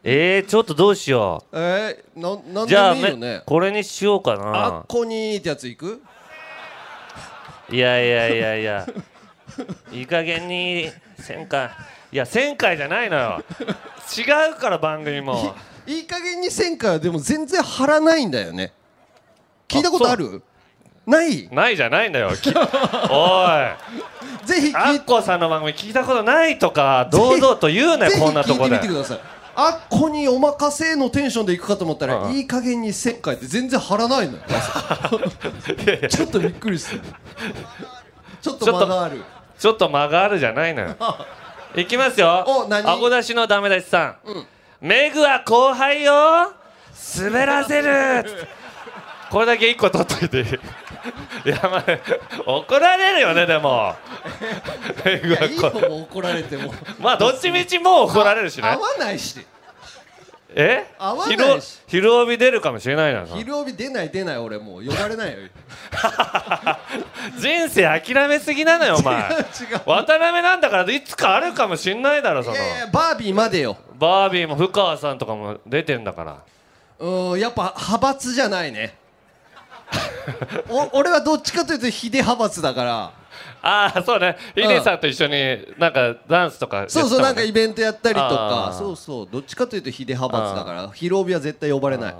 [SPEAKER 1] えー、ちょっとどうしよ
[SPEAKER 2] えー、なんなん
[SPEAKER 1] う
[SPEAKER 2] で
[SPEAKER 1] じゃあ
[SPEAKER 2] もいいよね
[SPEAKER 1] めこれにしようか
[SPEAKER 2] あっ
[SPEAKER 1] な
[SPEAKER 2] こにーってやついく
[SPEAKER 1] いやいやいやいや [laughs] いい加減に1000回いや1000回じゃないのよ違うから番組も
[SPEAKER 2] いい加減にせんからでも全然張らないんだよね聞いたことあるない
[SPEAKER 1] ないじゃないんだよきおい
[SPEAKER 2] ぜひ
[SPEAKER 1] ア
[SPEAKER 2] 聞い
[SPEAKER 1] ッコさんの番組聞いたことないとか堂々と言うなよ
[SPEAKER 2] ぜひ
[SPEAKER 1] こんなとこ
[SPEAKER 2] 聞い
[SPEAKER 1] で
[SPEAKER 2] てみてくださいあっこにお任せのテンションで行くかと思ったら、
[SPEAKER 1] うん
[SPEAKER 2] いい加減にせっかいって全然張らないのよ
[SPEAKER 1] [laughs]
[SPEAKER 2] ちょっとびっくりしたちょっと間がある
[SPEAKER 1] ちょっと間があるじゃないの
[SPEAKER 2] [laughs]
[SPEAKER 1] よいきますよ
[SPEAKER 2] お何
[SPEAKER 1] あご出しのダメ出しさん、メグは後
[SPEAKER 2] [laughs]
[SPEAKER 1] 輩よ滑らせるこれだけ一個取っといていいいやまあ怒られるよねでも
[SPEAKER 2] いやいいよもう怒られても
[SPEAKER 1] まあどっちみちもう怒られるし
[SPEAKER 2] 合
[SPEAKER 1] ね
[SPEAKER 2] わないし
[SPEAKER 1] え
[SPEAKER 2] 合わないし
[SPEAKER 1] 昼昼帯出るかもしれないな
[SPEAKER 2] 昼帯出ない出ない俺もう呼ばれないよ違う違
[SPEAKER 1] 人生諦めすぎなのよお前
[SPEAKER 2] [laughs] う
[SPEAKER 1] 渡辺なんだからいつかあるかもしんないだろそ
[SPEAKER 2] い
[SPEAKER 1] の
[SPEAKER 2] やいやバービーまでよ
[SPEAKER 1] バービーも深川さんとかも出てんだから
[SPEAKER 2] うーんやっぱ派閥じゃないねお俺はどっちかというと秀派閥だから
[SPEAKER 1] ああそうねヒデさんと一緒になんかダンスとかやってた
[SPEAKER 2] そ
[SPEAKER 1] も
[SPEAKER 2] うそうなんか
[SPEAKER 1] ね
[SPEAKER 2] イベントやったりと
[SPEAKER 1] あ
[SPEAKER 2] か
[SPEAKER 1] ー
[SPEAKER 2] そうそうどっちかというと秀派閥だから昼帯は絶対呼ばれないうん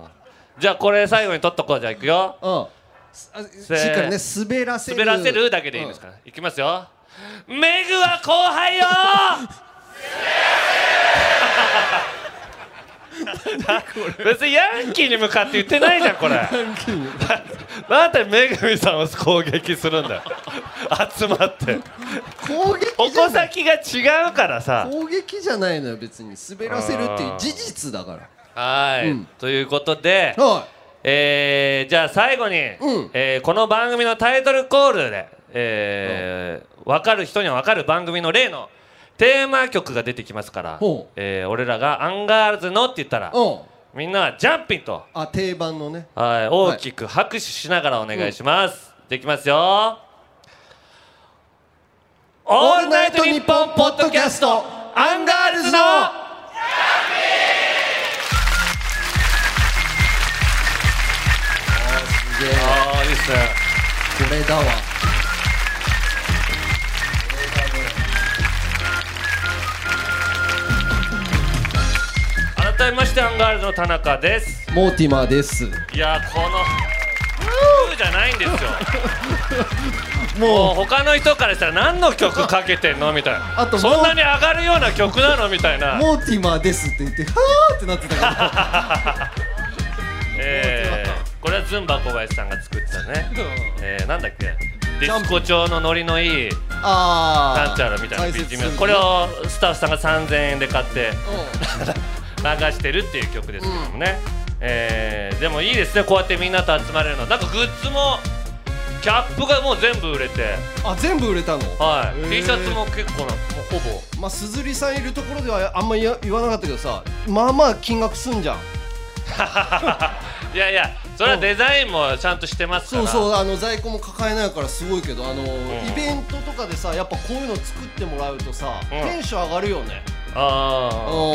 [SPEAKER 1] じゃあこれ最後に取っとこうじゃあいくよ
[SPEAKER 2] すあしっかりね滑らせる
[SPEAKER 1] 滑らせるだけでいいんですからいきますよメグは後輩よ別にヤンキーに向かって言ってないじゃんこれ
[SPEAKER 2] うん [laughs]
[SPEAKER 1] なんでめぐみさんを攻撃するんだよ集まって
[SPEAKER 2] 攻撃じ
[SPEAKER 1] 矛
[SPEAKER 2] ゃない
[SPEAKER 1] 先が違うからさ
[SPEAKER 2] 攻撃じゃないのよ別に滑らせるっていう事実だか
[SPEAKER 1] はい、
[SPEAKER 2] うん
[SPEAKER 1] ということで
[SPEAKER 2] ら、は
[SPEAKER 1] えー、じゃあ最後に、
[SPEAKER 2] うん
[SPEAKER 1] えーこの番組のタイトルコールで、えー分かる人には分かる番組の例のテーマ曲が出てきますから
[SPEAKER 2] ほう、
[SPEAKER 1] えー俺らが「アンガールズの」って言ったら
[SPEAKER 2] い、うん
[SPEAKER 1] みんなは「ジャンピンと」
[SPEAKER 2] あ定番のね
[SPEAKER 1] はい、大きく拍手しながらお願いします。できますよ。オールナイトニッポンポッドキャスト、アンガールズの。
[SPEAKER 2] すげえ
[SPEAKER 1] ああ、いいっすね。
[SPEAKER 2] これだわ
[SPEAKER 1] 改めまして、アンガールズの田中です。
[SPEAKER 2] モーティマーです
[SPEAKER 1] いやー、この。ふーじゃないんですよ。もう
[SPEAKER 2] も
[SPEAKER 1] 他の人からしたら、何の曲かけてんのみたいな。
[SPEAKER 2] あともう
[SPEAKER 1] そんなに上がるような曲なのみたいな
[SPEAKER 2] う。モーティマーですって言ってはーってなってたか
[SPEAKER 1] えーこれはズンバ小林さんが作ったね。えー、なんだっけディスコ調のノリのいい
[SPEAKER 2] らああ
[SPEAKER 1] なんちゃらみたいな BGM これをスタッフさんが3000円で買って流してるっていう曲ですけどもね、えーでもいいですねこうやってみんなと集まれるのなんかグッズもキャップがもう全部売れて、
[SPEAKER 2] あ全部売れたの
[SPEAKER 1] はい
[SPEAKER 2] へー
[SPEAKER 1] T シャツも結構なもうほぼ
[SPEAKER 2] まあ鈴木さんいるところではあんま言わ言わなかったけどさまあまあ金額すんじゃん
[SPEAKER 1] [laughs] いやいやそれはデザインもちゃんとしてますか
[SPEAKER 2] そう
[SPEAKER 1] ら
[SPEAKER 2] そうあの在庫も抱えないからすごいけどあの、
[SPEAKER 1] ん
[SPEAKER 2] イベントとかでさやっぱこういうの作ってもらうとさ、
[SPEAKER 1] うん
[SPEAKER 2] テンション上がるよね
[SPEAKER 1] あ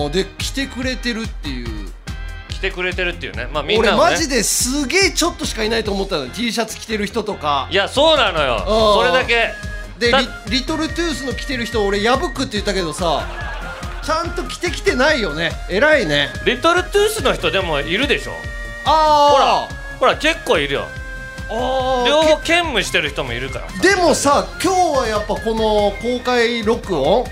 [SPEAKER 2] うんで来てくれてるっていう
[SPEAKER 1] ー来てくれてるっていうねまあみん
[SPEAKER 2] 俺
[SPEAKER 1] なのね
[SPEAKER 2] マジですげえちょっとしかいないと思ったのに T シャツ着てる人とか
[SPEAKER 1] いやそうなのよ
[SPEAKER 2] うん
[SPEAKER 1] それだけ
[SPEAKER 2] で
[SPEAKER 1] だ
[SPEAKER 2] リリトルトゥースの着てる人俺ヤブくって言ったけどさちゃんと着てきてないよね偉いね
[SPEAKER 1] リトルトゥースの人でもいるでしょ
[SPEAKER 2] ああ
[SPEAKER 1] ほら結構いるよ
[SPEAKER 2] ほら
[SPEAKER 1] 両
[SPEAKER 2] あーけ
[SPEAKER 1] 方兼務してる人もいるから
[SPEAKER 2] でもさ今日はやっぱこの公開録
[SPEAKER 1] うんう
[SPEAKER 2] 音
[SPEAKER 1] ん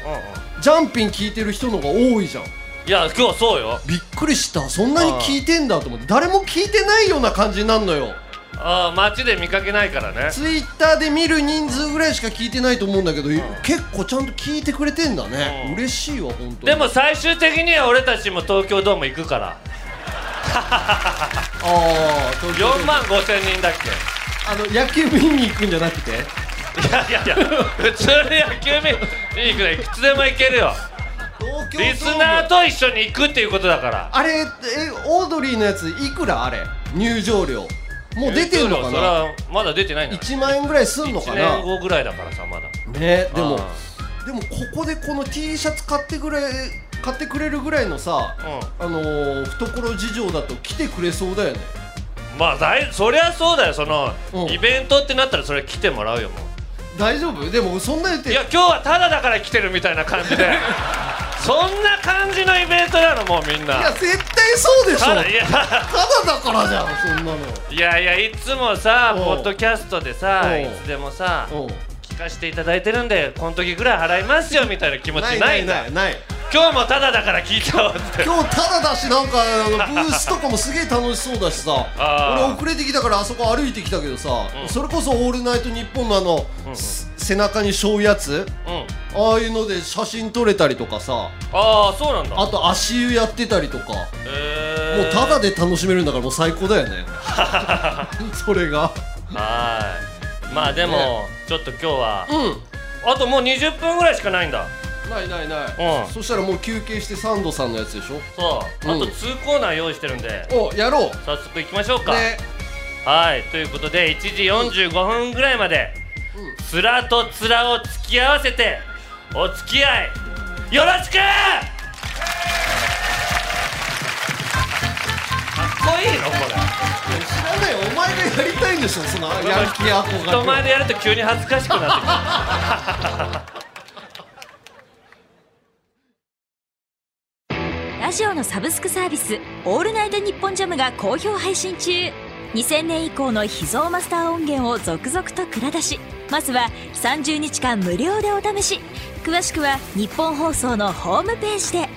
[SPEAKER 2] ジャンピン聞いてる人の方が多いじゃん
[SPEAKER 1] いや今日そうよ
[SPEAKER 2] びっくりしたそんなに聞いてんだと思って誰も聞いてないような感じになるのよ
[SPEAKER 1] ああ街で見かけないからね
[SPEAKER 2] ツイッターで見る人数ぐらいしか聞いてないと思うんだけど、結構ちゃんと聞いてくれてんだね、
[SPEAKER 1] うん
[SPEAKER 2] 嬉しいわ本当に
[SPEAKER 1] でも最終的には俺たちも東京ドーム行くから
[SPEAKER 2] ああ東京
[SPEAKER 1] 4万5千人だっけ
[SPEAKER 2] あの野球見に行くんじゃなくて
[SPEAKER 1] いやいやいや普通に野球見に行くねいくつでも行けるよ
[SPEAKER 2] 東京ドーム
[SPEAKER 1] リスナーと一緒に行くっていうことだから
[SPEAKER 2] あれえオードリーのやついくらあれ入場料もう出てんのか
[SPEAKER 1] それ
[SPEAKER 2] な
[SPEAKER 1] はまだ出てないんだ
[SPEAKER 2] 1万円ぐらいすんのか
[SPEAKER 1] 1
[SPEAKER 2] な
[SPEAKER 1] 年後ぐらいだからさまだ
[SPEAKER 2] ねでも
[SPEAKER 1] あ
[SPEAKER 2] でもここでこの T シャツ買ってくれ買ってくれるぐらいのさ
[SPEAKER 1] う
[SPEAKER 2] あのー懐事情だと来てくれそうだよね
[SPEAKER 1] んまあだいそりゃそうだよその、
[SPEAKER 2] うん
[SPEAKER 1] イベントってなったらそれ来てもらうよもう
[SPEAKER 2] 大丈夫でもそんな言っ
[SPEAKER 1] い
[SPEAKER 2] て
[SPEAKER 1] や今日はただだから来てるみたいな感じ
[SPEAKER 2] [laughs]
[SPEAKER 1] でそんな感じのイベントなのもうみん
[SPEAKER 2] いや
[SPEAKER 1] な
[SPEAKER 2] 絶対そうでしょ
[SPEAKER 1] た
[SPEAKER 2] た
[SPEAKER 1] だ
[SPEAKER 2] だ
[SPEAKER 1] いや
[SPEAKER 2] だからじゃんそんなの
[SPEAKER 1] いやいやいつもさ
[SPEAKER 2] うん
[SPEAKER 1] ポッドキャストでさ
[SPEAKER 2] うん
[SPEAKER 1] いつでもさ
[SPEAKER 2] うん
[SPEAKER 1] 聞かせていただいてるんでこの時ぐらい払いますよみたいな気持ち
[SPEAKER 2] ないな
[SPEAKER 1] ない
[SPEAKER 2] い
[SPEAKER 1] んだ
[SPEAKER 2] ないない
[SPEAKER 1] 今日もただだから聞いたわって
[SPEAKER 2] 今日タダだしなんかあのブースとかもすげえ楽しそうだしさ
[SPEAKER 1] あー
[SPEAKER 2] 俺遅れてきたからあそこ歩いてきたけどさ、
[SPEAKER 1] うん
[SPEAKER 2] それこそ「オールナイトニッポン」のあの、
[SPEAKER 1] うんうん
[SPEAKER 2] す背中に背負うやつ
[SPEAKER 1] うん
[SPEAKER 2] ああいうので写真撮れたりとかさ
[SPEAKER 1] ああそうなんだ
[SPEAKER 2] あと足湯やってたりとかも
[SPEAKER 1] えー [laughs]
[SPEAKER 2] うタダで楽しめるんだからもう最高だよねそれが
[SPEAKER 1] はいまあでも、
[SPEAKER 2] ね
[SPEAKER 1] ちょっと今日は
[SPEAKER 2] う
[SPEAKER 1] あともう20分ぐらいしかないんだ
[SPEAKER 2] んないないない、
[SPEAKER 1] うん
[SPEAKER 2] そしたらもう休憩してサンドさんのやつでしょ
[SPEAKER 1] そう、
[SPEAKER 2] うん
[SPEAKER 1] あと2コーナー用意してるんで
[SPEAKER 2] おやろう
[SPEAKER 1] 早速行きましょうか、
[SPEAKER 2] ね
[SPEAKER 1] はいということで1時45分ぐらいまで
[SPEAKER 2] う
[SPEAKER 1] つらとつらを付き合わせてお付き合いよろしくかっこいいのこ
[SPEAKER 2] 知らないよお前がやりたいんでしょそのヤン
[SPEAKER 1] れ
[SPEAKER 2] キー憧れ
[SPEAKER 1] 人前でやると急に恥ずかしくなってくる
[SPEAKER 3] ラジオのサブスクサービス「オールナイトニッポンジャム」が好評配信中2000年以降の秘蔵マスター音源を続々と蔵出しまずは30日間無料でお試し詳しくは日本放送のホームページで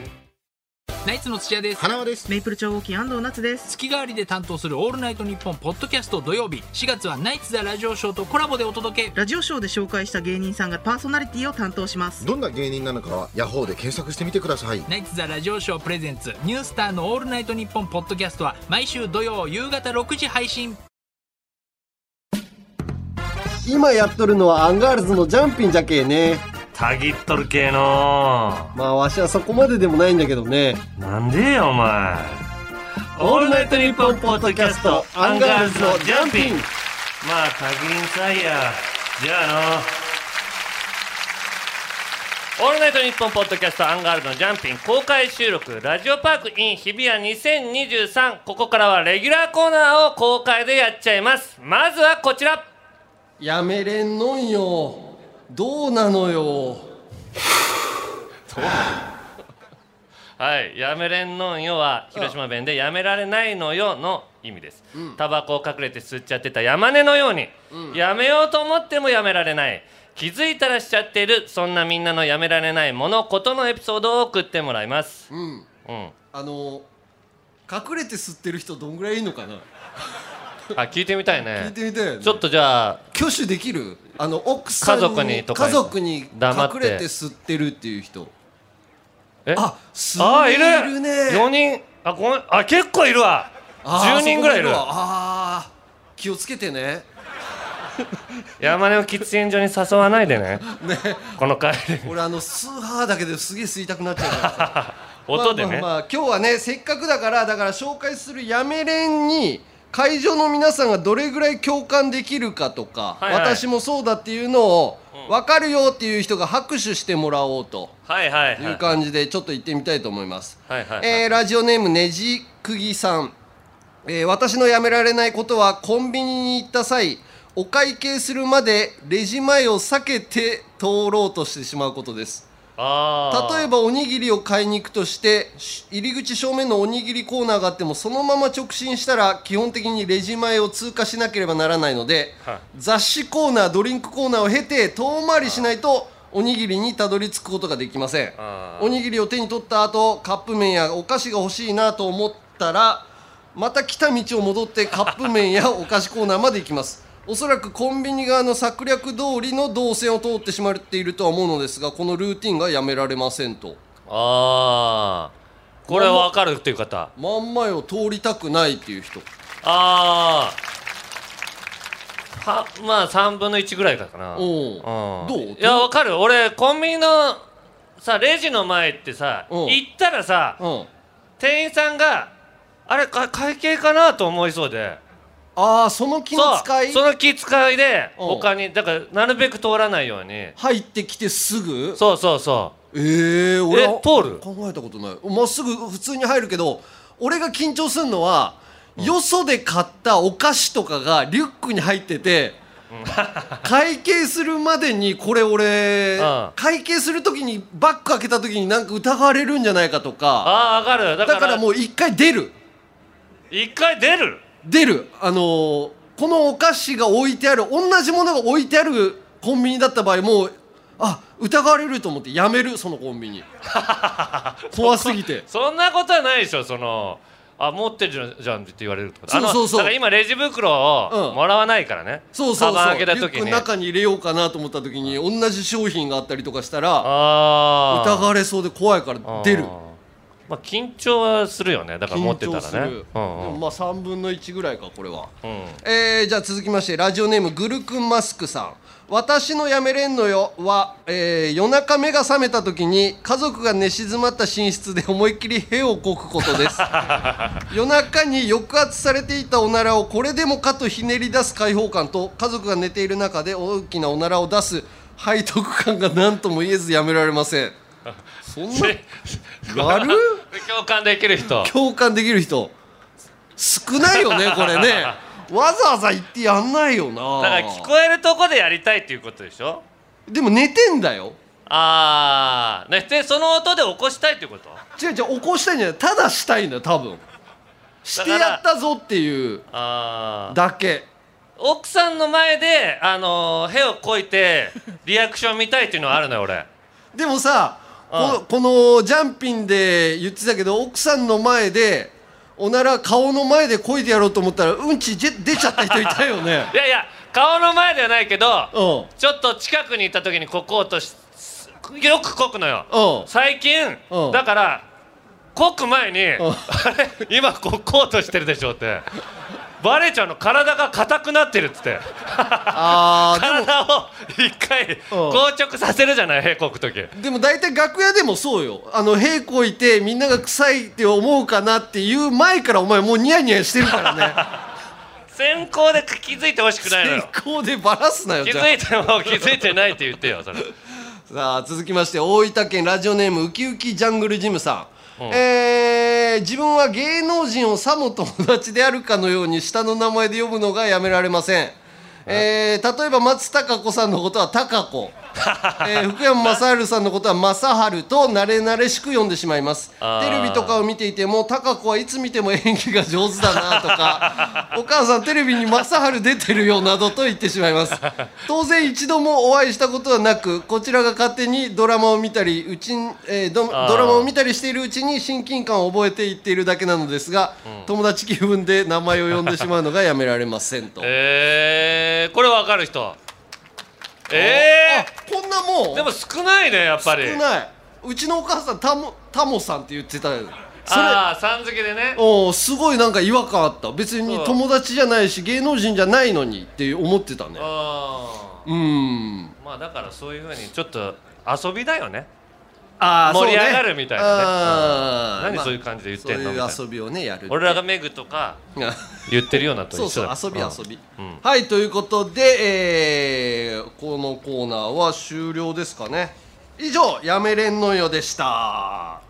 [SPEAKER 4] ナイツの土屋です
[SPEAKER 5] 花輪です
[SPEAKER 6] メイプル超合金安藤夏です。
[SPEAKER 4] 月替わりで担当する「オールナイトニッポン」ポッドキャスト土曜日4月はナイツ・ザ・ラジオショーとコラボでお届け
[SPEAKER 6] ラジオショーで紹介した芸人さんがパーソナリティを担当します。
[SPEAKER 5] どんな芸人なのかはヤホーで検索してみてください
[SPEAKER 4] ナイツ・ザ・ラジオショープレゼンツニュースターの「オールナイトニッポン」ポッドキャストは毎週土曜夕方6時配信
[SPEAKER 7] 今やっとるのはアンガールズのジャンピンじゃけえね。
[SPEAKER 1] たぎっとる系の
[SPEAKER 7] まあわしはそこまででもないんだけどね。
[SPEAKER 1] なんでよお前オールナイトニッポンポッドキャストアンガールズのジャンピンまあ多銀さいやじゃあのオールナイトニッポンポッドキャストアンガールズのジャンピン公開収録ラジオパーク in 日比谷2023ここからはレギュラーコーナーを公開でやっちゃいますまずはこちら
[SPEAKER 2] やめれんのんよどうなのよ
[SPEAKER 1] はい、やめれんのんよは広島弁でやめられないのよの意味です、タバコを隠れて吸っちゃってた山根のように、やめようと思ってもやめられない気づいたらしちゃっているそんなみんなのやめられないものことのエピソードを送ってもらいます
[SPEAKER 2] うん
[SPEAKER 1] うん
[SPEAKER 2] あの隠れて吸ってる人どんぐらいいいのかな
[SPEAKER 1] あ聞いてみたい
[SPEAKER 2] 聞い
[SPEAKER 1] ね
[SPEAKER 2] てみたいよね
[SPEAKER 1] ちょっとじゃあ
[SPEAKER 2] 挙手できるあの奥さん
[SPEAKER 1] 家族にとか
[SPEAKER 2] 家族に隠
[SPEAKER 1] 黙って
[SPEAKER 2] れて吸ってるっていう人
[SPEAKER 1] え
[SPEAKER 2] あ吸
[SPEAKER 1] あ
[SPEAKER 2] っ
[SPEAKER 1] い
[SPEAKER 2] て
[SPEAKER 1] る
[SPEAKER 2] るね
[SPEAKER 1] 4人あごめんあ結構いるわ
[SPEAKER 2] あー
[SPEAKER 1] 10人ぐらいいる
[SPEAKER 2] そこわあー気をつけてね
[SPEAKER 1] 山根を喫煙所に誘わないでね
[SPEAKER 2] [laughs] ね
[SPEAKER 1] この帰り
[SPEAKER 2] 俺あのスーハーだけですげえ吸いたくなっちゃうから
[SPEAKER 1] [laughs]
[SPEAKER 2] さ
[SPEAKER 1] 音でね、
[SPEAKER 2] まあまあまあ今日はねせっかくだからだから紹介するやめれんに会場の皆さんがどれぐらい共感できるかとか、
[SPEAKER 1] はいはい
[SPEAKER 2] 私もそうだっていうのを分かるよっていう人が拍手してもらおうと
[SPEAKER 1] はいはいはい
[SPEAKER 2] いう感じでちょっと行ってみたいと思います。
[SPEAKER 1] はいはいはい
[SPEAKER 2] えーラジオネームねじくぎさん、えー私のやめられないことはコンビニに行った際お会計するまでレジ前を避けて通ろうとしてしまうことです
[SPEAKER 1] あー
[SPEAKER 2] 例えばおにぎりを買いに行くとしてし入り口正面のおにぎりコーナーがあってもそのまま直進したら基本的にレジ前を通過しなければならないので、
[SPEAKER 1] はい
[SPEAKER 2] 雑誌コーナードリンクコーナーを経て遠回りしないとおにぎりにたどり着くことができません
[SPEAKER 1] あー
[SPEAKER 2] おにぎりを手に取った後カップ麺やお菓子が欲しいなと思ったらまた来た道を戻ってカップ
[SPEAKER 1] [laughs]
[SPEAKER 2] 麺やお菓子コーナーまで行きますおそらくコンビニ側の策略通りの動線を通ってしまっているとは思うのですがこのルーティンがやめられませんと
[SPEAKER 1] ああこれわかるっていう方
[SPEAKER 2] 真ん前を通りたくないっていう人
[SPEAKER 1] ああはまあ3分の1ぐらいかな
[SPEAKER 2] おうどう
[SPEAKER 1] いやわかる俺コンビニのさレジの前ってさ
[SPEAKER 2] うん
[SPEAKER 1] 行ったらさ
[SPEAKER 2] うん
[SPEAKER 1] 店員さんがあれか会計かなと思いそうで
[SPEAKER 2] ああその気の使い
[SPEAKER 1] そうその気使いで
[SPEAKER 2] うん
[SPEAKER 1] 他にだからなるべく通らないように
[SPEAKER 2] 入ってきてすぐ
[SPEAKER 1] そうそうそ
[SPEAKER 2] ええ俺は
[SPEAKER 1] え通る
[SPEAKER 2] 考えたことないまっすぐ普通に入るけど俺が緊張するのは、よそで買ったお菓子とかがリュックに入ってて、会計するまでにこれ俺、
[SPEAKER 1] うん
[SPEAKER 2] 会計する時にバッグ開けた時になんか疑われるんじゃないかと
[SPEAKER 1] う
[SPEAKER 2] か
[SPEAKER 1] ああわかるだ
[SPEAKER 2] だ
[SPEAKER 1] か
[SPEAKER 2] かららもう一回出る
[SPEAKER 1] 一回出る
[SPEAKER 2] 出るあのーこのお菓子が置いてある同じものが置いてあるコンビニだった場合もうあ疑われると思ってやめるそのコンビ
[SPEAKER 1] [laughs]
[SPEAKER 2] ニ怖すぎて
[SPEAKER 1] そんなことはないでしょそのあ持ってるじゃんって言われるってこと
[SPEAKER 2] そうそうそう
[SPEAKER 1] あのだから今レジ袋を
[SPEAKER 2] うん
[SPEAKER 1] もらわないからね、
[SPEAKER 2] そうそうそう
[SPEAKER 1] カバン開けた
[SPEAKER 2] リュッ
[SPEAKER 1] 時
[SPEAKER 2] クの
[SPEAKER 1] に
[SPEAKER 2] 中に入れようかなと思った時に同じ商品があったりとかしたら
[SPEAKER 1] ああ
[SPEAKER 2] 疑われそうで怖いから出る
[SPEAKER 1] まあ緊張はするよねだから持ってたらね
[SPEAKER 2] で
[SPEAKER 1] うんう
[SPEAKER 2] も
[SPEAKER 1] ん
[SPEAKER 2] まあ3分の1ぐらいかこれは
[SPEAKER 1] うん
[SPEAKER 2] えーじゃあ続きましてラジオネームグルクンマスクさん私のやめれんのよは、えー夜中目が覚めた時に家族が寝静まった寝室で思いっきり屁をこくこと
[SPEAKER 1] [laughs]
[SPEAKER 2] です夜中に抑圧されていたおならをこれでもかとひねり出す解放感と家族が寝ている中で大きなおならを出す背徳感が何とも言えずやめられませ
[SPEAKER 1] [laughs]
[SPEAKER 2] んそんなやる
[SPEAKER 1] 共感できる人
[SPEAKER 2] 共感できる人少ない
[SPEAKER 1] [laughs]
[SPEAKER 2] よねこれねわざわざ言ってやんないよな
[SPEAKER 1] だから聞こえるとこでやりたいっていうことでしょ
[SPEAKER 2] でも寝てんだよ
[SPEAKER 1] ああねでその音で起こしたいってこと
[SPEAKER 2] 違う違う起こしたいんじゃないただしたいんだよ多分してやったぞっていう
[SPEAKER 1] ああ
[SPEAKER 2] だけ
[SPEAKER 1] 奥さんの前であのー、屁をこいてリアクション見たいっていうのはあるのよ俺
[SPEAKER 2] でもさ
[SPEAKER 1] うん
[SPEAKER 2] ここのジャンピンで言ってたけど奥さんの前でおなら顔の前でこいでやろうと思ったらうんち出出ちゃった人いたよね
[SPEAKER 1] [laughs] いやいや顔の前ではないけど
[SPEAKER 2] うん
[SPEAKER 1] ちょっと近くに行った時にここうとしよくこくのよ
[SPEAKER 2] うん
[SPEAKER 1] 最近
[SPEAKER 2] うん
[SPEAKER 1] だからこく前に
[SPEAKER 2] ん
[SPEAKER 1] あれ今ここうとしてるでしょってバレちゃうの体が硬くなってるっつって
[SPEAKER 2] あーでも
[SPEAKER 1] 体を一回硬直させるじゃない屁こく時
[SPEAKER 2] でも大体楽屋でもそうよあの屁こいてみんなが臭いって思うかなっていう前からお前もうニヤニヤしてるから
[SPEAKER 1] [laughs]
[SPEAKER 2] ね
[SPEAKER 1] 先行で気づいてほしくないのよ
[SPEAKER 2] 成功でバラすなよ
[SPEAKER 1] 気
[SPEAKER 2] じゃあ
[SPEAKER 1] づいても気づいてないって言ってよそれ
[SPEAKER 2] さあ続きまして大分県ラジオネームウキウキジャングルジムさん、えー自分は芸能人をさも友達であるかのように下の名前で呼ぶのがやめられませんえー例えば松たか子さんのことはたか子えー福山雅治さんのことは正治と慣れ慣れしく呼んでしまいます
[SPEAKER 1] あー
[SPEAKER 2] テレビとかを見ていてもたか子はいつ見ても演技が上手だな
[SPEAKER 1] [laughs]
[SPEAKER 2] とかお母さんテレビに正治出てるよなどと言ってしまいます当然一度もお会いしたことはなくこちらが勝手にドラマを見たりうちん、えード
[SPEAKER 1] あー
[SPEAKER 2] ドラマを見たりしているうちに親近感を覚えていっているだけなのですが、友達気分で名前を呼んでしまうのがやめられませんと
[SPEAKER 1] えー、これわかる人え
[SPEAKER 2] あこんなも
[SPEAKER 1] ー、
[SPEAKER 2] う
[SPEAKER 1] でも少ないねやっぱり
[SPEAKER 2] 少ないうちのお母さんタモタモさんって言ってたよそれ
[SPEAKER 1] ああさん付けでね
[SPEAKER 2] おすごいなんか違和感あった別に
[SPEAKER 1] そう
[SPEAKER 2] 友達じゃないし芸能人じゃないのにって思ってたね
[SPEAKER 1] あ
[SPEAKER 2] うん
[SPEAKER 1] ーまあだからそういうふうにちょっと遊びだよね
[SPEAKER 2] あ
[SPEAKER 1] ー盛り上がるみたいなね
[SPEAKER 2] な
[SPEAKER 1] 何そういう感じで言ってんのみたいな
[SPEAKER 2] そういう遊びをねやるって
[SPEAKER 1] 俺らがメグとか言ってるようなと一緒
[SPEAKER 2] そ
[SPEAKER 1] だ
[SPEAKER 2] うそう遊び
[SPEAKER 1] うん
[SPEAKER 2] 遊び、
[SPEAKER 1] ん
[SPEAKER 2] はいということで、えーこのコーナーは終了ですかね以上「やめれんのよ」でした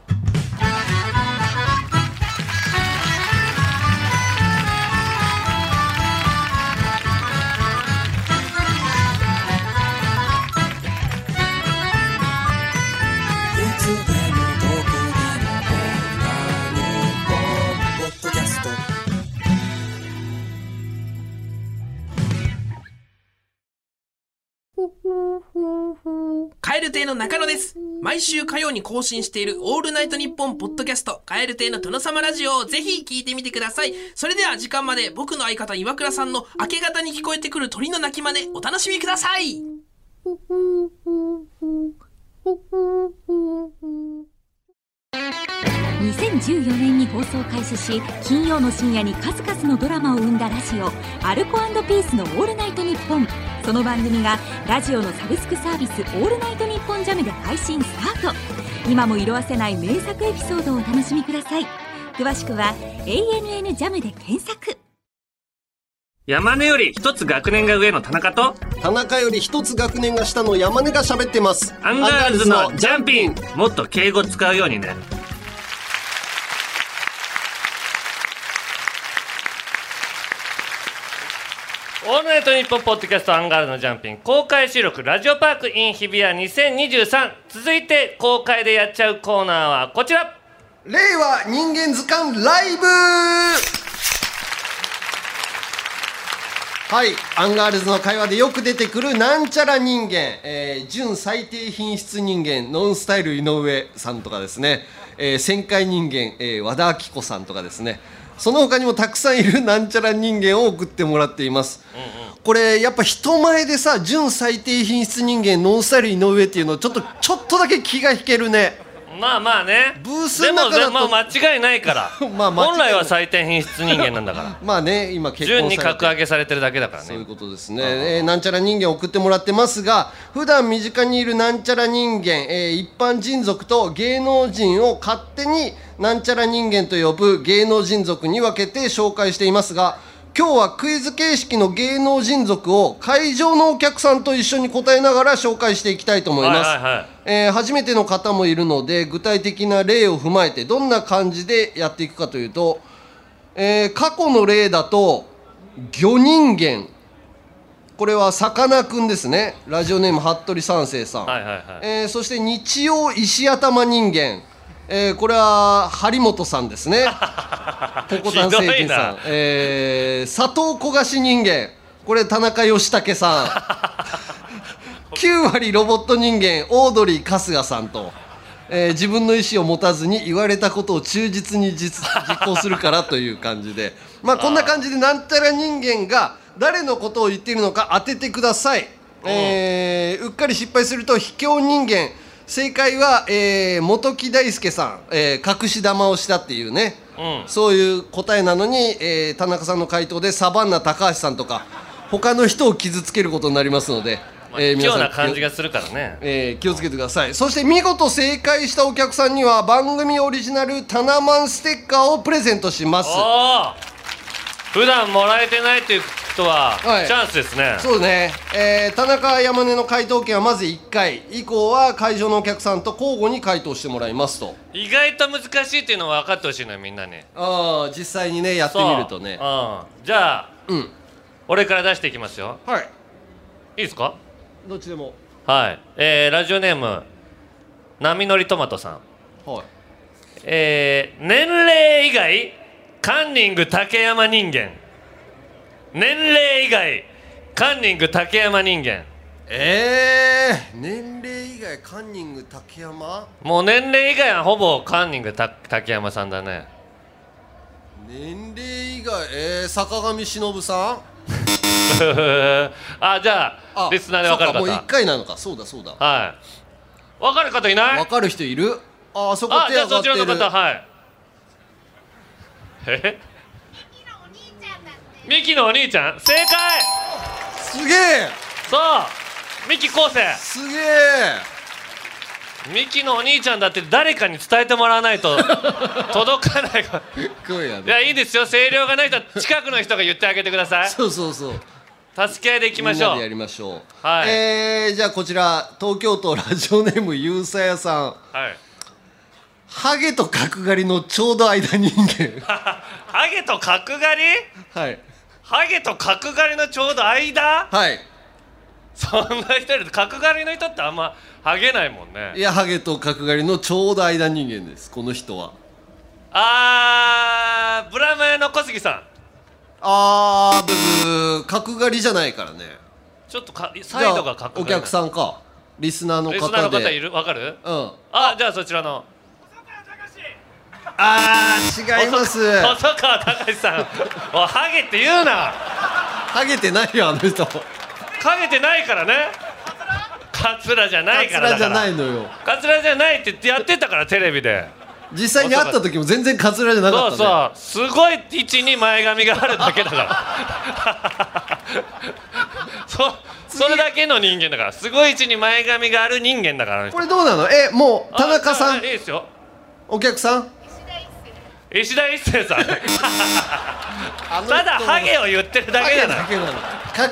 [SPEAKER 8] 蛙亭の中野です。毎週火曜に更新しているオールナイトニッポンポッドキャスト、蛙亭の殿様ラジオをぜひ聞いてみてください。それでは時間まで僕の相方岩倉さんの明け方に聞こえてくる鳥の鳴き真似、お楽しみください。
[SPEAKER 3] 2014年に放送開始し金曜の深夜に数々のドラマを生んだラジオ「アルコピースのオールナイトニッポン」その番組がラジオのサブスクサービス「オールナイトニッポンジャムで配信スタート今も色あせない名作エピソードをお楽しみください詳しくは「ANN ジャムで検索
[SPEAKER 9] 山根より一つ学年が上の田中と
[SPEAKER 7] 田中より一つ学年が下の山根が喋ってます
[SPEAKER 9] アンガールズのジャンピンもっと敬語使うようにね
[SPEAKER 1] オールナイトニッポンポッドキャストアンガールズのジャンピン公開収録ラジオパークイン日比谷2023続いて公開でやっちゃうコーナーはこちら
[SPEAKER 2] 令和人間図鑑ライブはいアンガールズの会話でよく出てくるなんちゃら人間、えー純最低品質人間ノンスタイル井上さんとかですね、えー旋回人間、えー和田アキ子さんとかですねその他にもたくさんいる [laughs] なんちゃら人間を送ってもらっています、これやっぱ人前でさ純最低品質人間ノンスタイル井上っていうのちょっとちょっとだけ気が引けるね
[SPEAKER 1] うまあまあね
[SPEAKER 2] ブース
[SPEAKER 1] で
[SPEAKER 2] の
[SPEAKER 1] も
[SPEAKER 2] 中だと
[SPEAKER 1] でもまあ間違いないから
[SPEAKER 2] [laughs] まあ間違い
[SPEAKER 1] 本来は採点品質人間なんだから
[SPEAKER 2] まあね今結
[SPEAKER 1] 順
[SPEAKER 2] 婚
[SPEAKER 1] に
[SPEAKER 2] され
[SPEAKER 1] 格上
[SPEAKER 2] て
[SPEAKER 1] げされてるだけだから
[SPEAKER 2] そういう
[SPEAKER 1] ね
[SPEAKER 2] ことですね、えーなんちゃら人間送ってもらってますが普段身近にいるなんちゃら人間、えー一般人族と芸能人を勝手になんちゃら人間と呼ぶ芸能人族に分けて紹介していますが今日はクイズ形式の芸能人族を会場のお客さんと一緒に答えながら紹介していきたいと思います、
[SPEAKER 1] はいはいはい
[SPEAKER 2] えー初めての方もいるので具体的な例を踏まえてどんな感じでやっていくかというと、えー過去の例だと魚人間これはさかなクンですねラジオネーム服部三世さん、
[SPEAKER 1] はいはいはい
[SPEAKER 2] えーそして日曜石頭人間、えーこれは張本さん
[SPEAKER 1] [laughs]
[SPEAKER 2] ですねポコタン星人さん
[SPEAKER 1] ひどいな、
[SPEAKER 2] えー佐藤焦がし人間これ田中義武さん9割ロボット人間オードリー春日さんと、えー自分の意思を持たずに言われたことを忠実に実 [laughs] 実行するからという感じでまあこんな感じでなんたら人間が誰のことを言っているのか当ててください、えーうっかり失敗すると卑怯人間正解は、えー元木大輔さん、えー隠し玉をしたっていうね、そういう答えなのに、えー田中さんの回答でサバンナ高橋さんとか他の人を傷つけることになりますので、
[SPEAKER 1] まあ
[SPEAKER 2] え
[SPEAKER 1] 卑
[SPEAKER 2] ー皆
[SPEAKER 1] 怯
[SPEAKER 2] さん
[SPEAKER 1] な感じがするからね
[SPEAKER 2] えー気をつけてくださいそして見事正解したお客さんには番組オリジナルタナマンステッカーをプレゼントします
[SPEAKER 1] おお普段もらえてないという人は
[SPEAKER 2] はい
[SPEAKER 1] チャンスですね
[SPEAKER 2] そうね、えー田中山根の回答権はまず1回以降は会場のお客さんと交互に回答してもらいますと
[SPEAKER 1] 意外と難しいっていうのは分かってほしいのよみんなに
[SPEAKER 2] ああ実際にねやってみるとね
[SPEAKER 1] そううんじゃあ
[SPEAKER 2] うん
[SPEAKER 1] 俺から出していきますよ
[SPEAKER 2] はい
[SPEAKER 1] いいですか
[SPEAKER 2] どっちでも
[SPEAKER 1] はいえー、ラジオネーム波乗りトマトさん
[SPEAKER 2] はい
[SPEAKER 1] えー、年齢以外カンニング竹山人間年齢以外カンニング竹山人間
[SPEAKER 2] ええ年齢以外カンニング竹山
[SPEAKER 1] もう年齢以外はほぼカンニングた竹山さんだね [laughs]
[SPEAKER 2] 年齢以外えー、坂上忍さん
[SPEAKER 1] あじゃあリスナーで分かる
[SPEAKER 2] そ
[SPEAKER 1] 方
[SPEAKER 2] うもう1回なのかそうだそうだ
[SPEAKER 1] はい分かる方いない
[SPEAKER 2] わかる人いるああそこ
[SPEAKER 1] あ
[SPEAKER 2] 手
[SPEAKER 1] じゃあ
[SPEAKER 2] 上が
[SPEAKER 1] そち
[SPEAKER 2] ってる
[SPEAKER 1] らの方はいえミキのお兄ちゃん正解
[SPEAKER 2] すげえ
[SPEAKER 1] そうミキ昴生
[SPEAKER 2] すげえ
[SPEAKER 1] ミキのお兄ちゃんだって誰かに伝えてもらわない
[SPEAKER 2] [laughs]
[SPEAKER 1] と届かないか
[SPEAKER 2] すごいや
[SPEAKER 1] いやいいですよ声量がない人は近くの人が言ってあげてください
[SPEAKER 2] そうそうそう
[SPEAKER 1] 助け合いでいきましょ
[SPEAKER 2] みんなでや
[SPEAKER 1] う
[SPEAKER 2] りましょう
[SPEAKER 1] はい
[SPEAKER 2] えー、じゃあこちら東京都ラジオネームゆうさやさん
[SPEAKER 1] はい
[SPEAKER 2] ハゲと角刈りのちょうど間人間 [laughs]
[SPEAKER 1] [laughs] ハゲと角刈り
[SPEAKER 2] はい
[SPEAKER 1] ハゲと角刈りのちょうど間
[SPEAKER 2] はい
[SPEAKER 1] そんな人で角刈りの人ってあんまハゲないもんね
[SPEAKER 2] いやハゲと角刈りのちょうど間人間ですこの人は
[SPEAKER 1] あーブラマヨの小杉さん
[SPEAKER 2] あーブブー角刈りじゃないからね
[SPEAKER 1] ちょっとかサイドが
[SPEAKER 2] じゃあ
[SPEAKER 1] 角刈り
[SPEAKER 2] お客さんかリスナーの方で
[SPEAKER 1] リスナーの方いるわかる
[SPEAKER 2] うん
[SPEAKER 1] あじゃあそちらの
[SPEAKER 2] あー違います
[SPEAKER 1] 細川隆さんおいハゲって言うな
[SPEAKER 2] ハゲてないよあの人
[SPEAKER 1] ハゲてないからねカツラじゃないから
[SPEAKER 2] カ
[SPEAKER 1] だ
[SPEAKER 2] ツラじ
[SPEAKER 1] か
[SPEAKER 2] ゃな
[SPEAKER 1] ら
[SPEAKER 2] いのよ
[SPEAKER 1] カツラじゃないってやってたからテレビで
[SPEAKER 2] 実際に会った時も全然カツラじゃなか
[SPEAKER 1] そ
[SPEAKER 2] っ
[SPEAKER 1] う
[SPEAKER 2] た、ね、
[SPEAKER 1] そうすごい位置に前髪があるだけだから [laughs] そそれだけの人間だからすごい位置に前髪がある人間だからあの人
[SPEAKER 2] これどうなのえもう田中さ
[SPEAKER 1] あい
[SPEAKER 2] ん
[SPEAKER 1] いですよ
[SPEAKER 2] お客さん
[SPEAKER 1] 石田一生さん
[SPEAKER 2] あの人
[SPEAKER 1] ただハゲを言ってるだけじゃな
[SPEAKER 2] ハ
[SPEAKER 1] い
[SPEAKER 2] ゲだけなの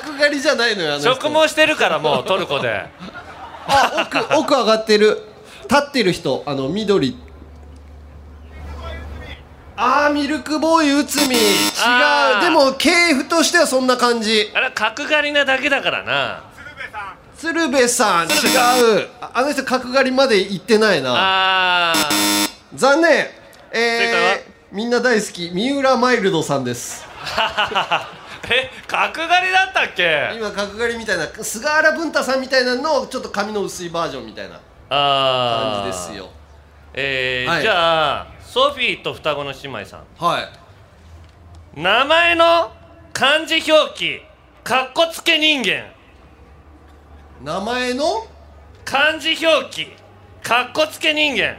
[SPEAKER 2] 角刈りじゃないのよあの人
[SPEAKER 1] 植毛してるからもうトルコで
[SPEAKER 2] あ奥奥上がってる立ってる人あの緑あーミルクボーイ内海違
[SPEAKER 1] あ
[SPEAKER 2] う
[SPEAKER 1] ー
[SPEAKER 2] でも系譜としてはそんな感じ
[SPEAKER 1] あれは角刈りなだけだからな
[SPEAKER 2] 鶴瓶さん違
[SPEAKER 1] 瓶さ
[SPEAKER 2] うああの人角刈りまで行ってないな
[SPEAKER 1] あー [laughs]
[SPEAKER 2] 残念
[SPEAKER 1] 正解は
[SPEAKER 2] えー、みんな大好き三浦マイルドさんです
[SPEAKER 1] え角刈りだったっけ
[SPEAKER 2] 今角刈りみたいな菅原文太さんみたいなのをちょっと髪の薄いバージョンみたいな
[SPEAKER 1] あ
[SPEAKER 2] 感
[SPEAKER 1] ー
[SPEAKER 2] じですよ
[SPEAKER 1] えー
[SPEAKER 2] はい
[SPEAKER 1] じゃあソフィーと双子の姉妹さ
[SPEAKER 2] はい
[SPEAKER 1] ん名前の漢字表記かっこつけ人間
[SPEAKER 2] 名前の
[SPEAKER 1] 漢字表記かっこつけ人間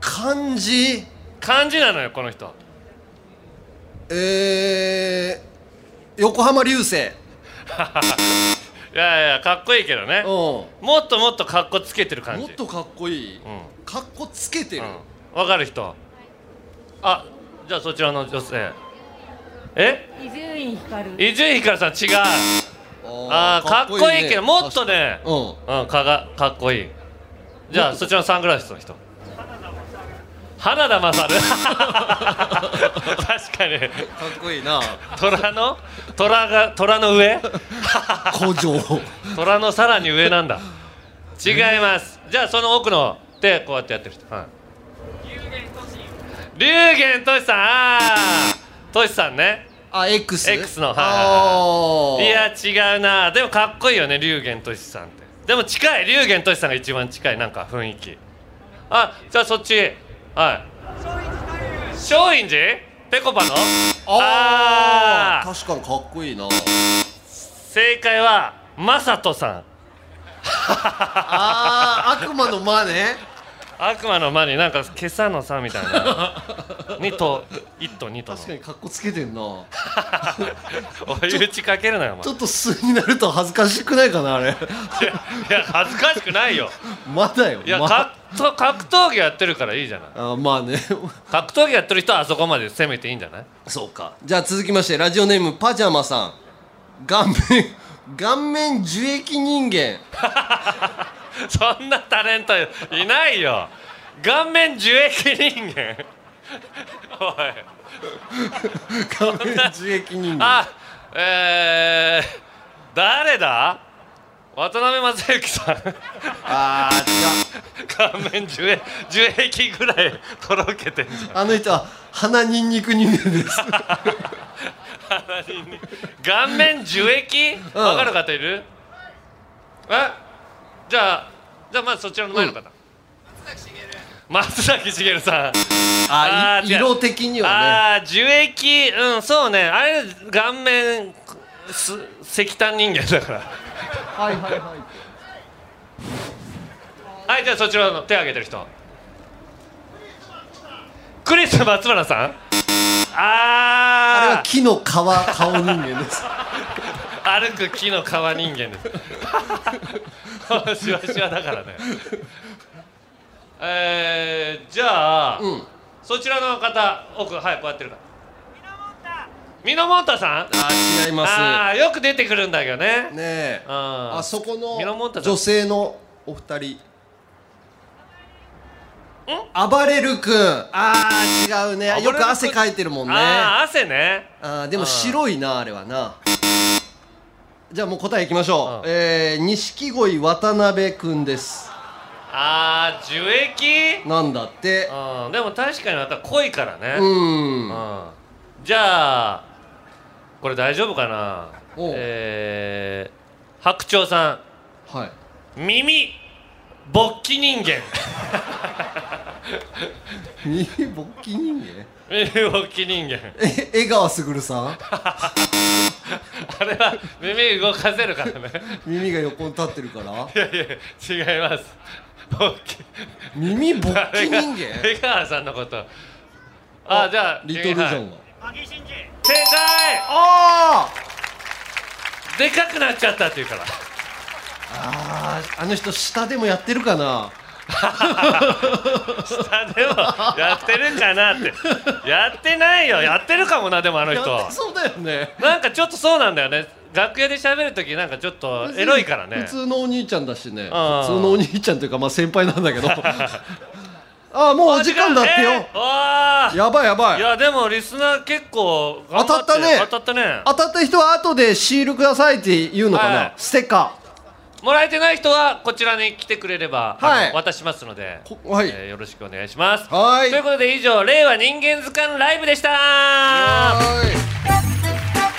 [SPEAKER 2] 漢字
[SPEAKER 1] 漢字なのよこの人
[SPEAKER 2] えー、横浜流星
[SPEAKER 1] いやいやかっこいいけどね
[SPEAKER 2] うんも
[SPEAKER 1] もっともっとかっこつけてる感じ
[SPEAKER 2] っとかっこいい
[SPEAKER 1] うんうん
[SPEAKER 2] かっこつけてる、
[SPEAKER 1] わかる人あじゃあそちらの女性え
[SPEAKER 10] 伊集院光
[SPEAKER 1] 伊集院光さん違うあーかっこいいけどもっとね
[SPEAKER 2] うん
[SPEAKER 1] うんかがかっこいいじゃあそちらのサングラスの人花田勝確かに
[SPEAKER 2] かっこいいな
[SPEAKER 1] 虎の虎が虎の上 [laughs]
[SPEAKER 2] 古城
[SPEAKER 1] 虎のさらに上なんだ違いますじゃあその奥の手こうやってやってる人、はい、龍玄としさんあーとしさんね
[SPEAKER 2] あ X?
[SPEAKER 1] X のはい
[SPEAKER 2] あー
[SPEAKER 1] いや違うなでもかっこいいよね龍玄としさんってでも近い龍玄としさんが一番近いなんか雰囲気あじゃあそっちはい松陰寺ぺこぱの
[SPEAKER 2] あ
[SPEAKER 1] あ
[SPEAKER 2] ー
[SPEAKER 1] ー
[SPEAKER 2] 確かにかっこいいな
[SPEAKER 1] 正解はマサトさん
[SPEAKER 2] あー悪魔の間ね
[SPEAKER 1] 悪魔の間になんか今朝のさみたいな2
[SPEAKER 2] [laughs]
[SPEAKER 1] と1と2との
[SPEAKER 2] 確かにかっこつけてんな
[SPEAKER 1] 追い打ちかけるなよお
[SPEAKER 2] ち
[SPEAKER 1] 前
[SPEAKER 2] ょっと素になると恥ずかしくないかなあれ
[SPEAKER 1] い
[SPEAKER 2] [laughs]
[SPEAKER 1] や恥ずかしくないよ
[SPEAKER 2] まだよ
[SPEAKER 1] いや
[SPEAKER 2] [laughs] ま
[SPEAKER 1] 格闘格闘技やってるからいいじゃない
[SPEAKER 2] あまあね [laughs]
[SPEAKER 1] 格闘技やってる人はあそこまで攻めていいんじゃない
[SPEAKER 2] そうかじゃあ続きましてラジオネームパジャマさん顔面 [laughs] 顔面樹液
[SPEAKER 1] [laughs]
[SPEAKER 2] 人間
[SPEAKER 1] そんなタレントいないよ顔面樹液人間おい
[SPEAKER 2] 顔面樹液人間
[SPEAKER 1] あえー、誰だ渡辺正行さん
[SPEAKER 2] あー違う
[SPEAKER 1] 顔面樹液樹液ぐらいとろけてんじゃん
[SPEAKER 2] あの人は鼻ニンニク人間です
[SPEAKER 1] 鼻に顔面樹液
[SPEAKER 2] うん
[SPEAKER 1] わかる方いるえじゃあじゃあまずそちらの前の方、松崎しげるさん
[SPEAKER 2] あ
[SPEAKER 1] あー
[SPEAKER 2] い
[SPEAKER 1] 違う
[SPEAKER 2] 色的にはね
[SPEAKER 1] ああ樹液うんそうねあれ顔面す石炭人間だから [laughs]
[SPEAKER 2] はいはいはい
[SPEAKER 1] はいじゃあそちらの手挙げてる人クリス松村さん
[SPEAKER 2] あれ
[SPEAKER 1] あ
[SPEAKER 2] は木の皮顔人間です
[SPEAKER 1] あ歩く木の皮人間です [laughs] シワシワだからねえー、じゃあ、
[SPEAKER 2] うん
[SPEAKER 1] そちらの方奥はいこうやってるからミノモンタさん
[SPEAKER 2] あー違いま
[SPEAKER 1] あーよく出てくるんだけどね
[SPEAKER 2] すねえ
[SPEAKER 1] あ
[SPEAKER 2] あそこ
[SPEAKER 1] ミノモンタ
[SPEAKER 2] の
[SPEAKER 1] さん
[SPEAKER 2] 女性のお二人暴れる君ああ違うね
[SPEAKER 1] 暴れる
[SPEAKER 2] よ
[SPEAKER 1] 君
[SPEAKER 2] く汗かいてるもんねあ
[SPEAKER 1] ああ汗ね
[SPEAKER 2] ーでも
[SPEAKER 1] あー
[SPEAKER 2] 白いなあれはなじゃあもう答えいきましょ
[SPEAKER 1] うん
[SPEAKER 2] うえー錦鯉渡辺君です
[SPEAKER 1] あー樹液
[SPEAKER 2] なんだって
[SPEAKER 1] うんでも確かにまた濃いからね
[SPEAKER 2] う
[SPEAKER 1] うんんじゃあこれ大丈夫かな
[SPEAKER 2] おう
[SPEAKER 1] えー、白鳥さ
[SPEAKER 2] はい
[SPEAKER 1] ん耳勃起人間 [laughs]
[SPEAKER 2] 耳勃起人間
[SPEAKER 1] 耳勃起人間
[SPEAKER 2] え江川卓さん
[SPEAKER 1] あれは耳動かせるからね [laughs]
[SPEAKER 2] 耳が横に立ってるから
[SPEAKER 1] いやいや違います勃起
[SPEAKER 2] 耳勃起人間
[SPEAKER 1] 江川さんのことあじゃあ
[SPEAKER 2] リトルジョン
[SPEAKER 1] は
[SPEAKER 2] が
[SPEAKER 1] い正解
[SPEAKER 2] あ
[SPEAKER 1] でかくなっちゃったっていうから
[SPEAKER 2] あーあの人下でもやってるかな
[SPEAKER 1] あでもやってるんかなってやってないよやってるかもなでもあの人
[SPEAKER 2] やってそうだよね
[SPEAKER 1] なんかちょっとそうなんだよね楽屋で喋る時なんかちょっとエロいからね
[SPEAKER 2] 普通のお兄ちゃんだしね普通
[SPEAKER 1] あー
[SPEAKER 2] のお兄ちゃんというかまあ先輩なん
[SPEAKER 1] [laughs]
[SPEAKER 2] だけどああもうお時間だってよ、
[SPEAKER 1] えーわ
[SPEAKER 2] やばいやば
[SPEAKER 1] あい
[SPEAKER 2] い
[SPEAKER 1] やでもリスナー結構頑張
[SPEAKER 2] 当たったね
[SPEAKER 1] 当たったね
[SPEAKER 2] 当たった人は後でシールくださいって言うのかな、
[SPEAKER 1] はい
[SPEAKER 2] ステッカ
[SPEAKER 1] もらえてない人はこちらに来てくれれば、
[SPEAKER 2] はい
[SPEAKER 1] あの渡しますので
[SPEAKER 2] こはい
[SPEAKER 1] えーよろしくお願いします
[SPEAKER 2] ーはーい
[SPEAKER 1] ということで以上令和人間図鑑ライブでした
[SPEAKER 2] はーい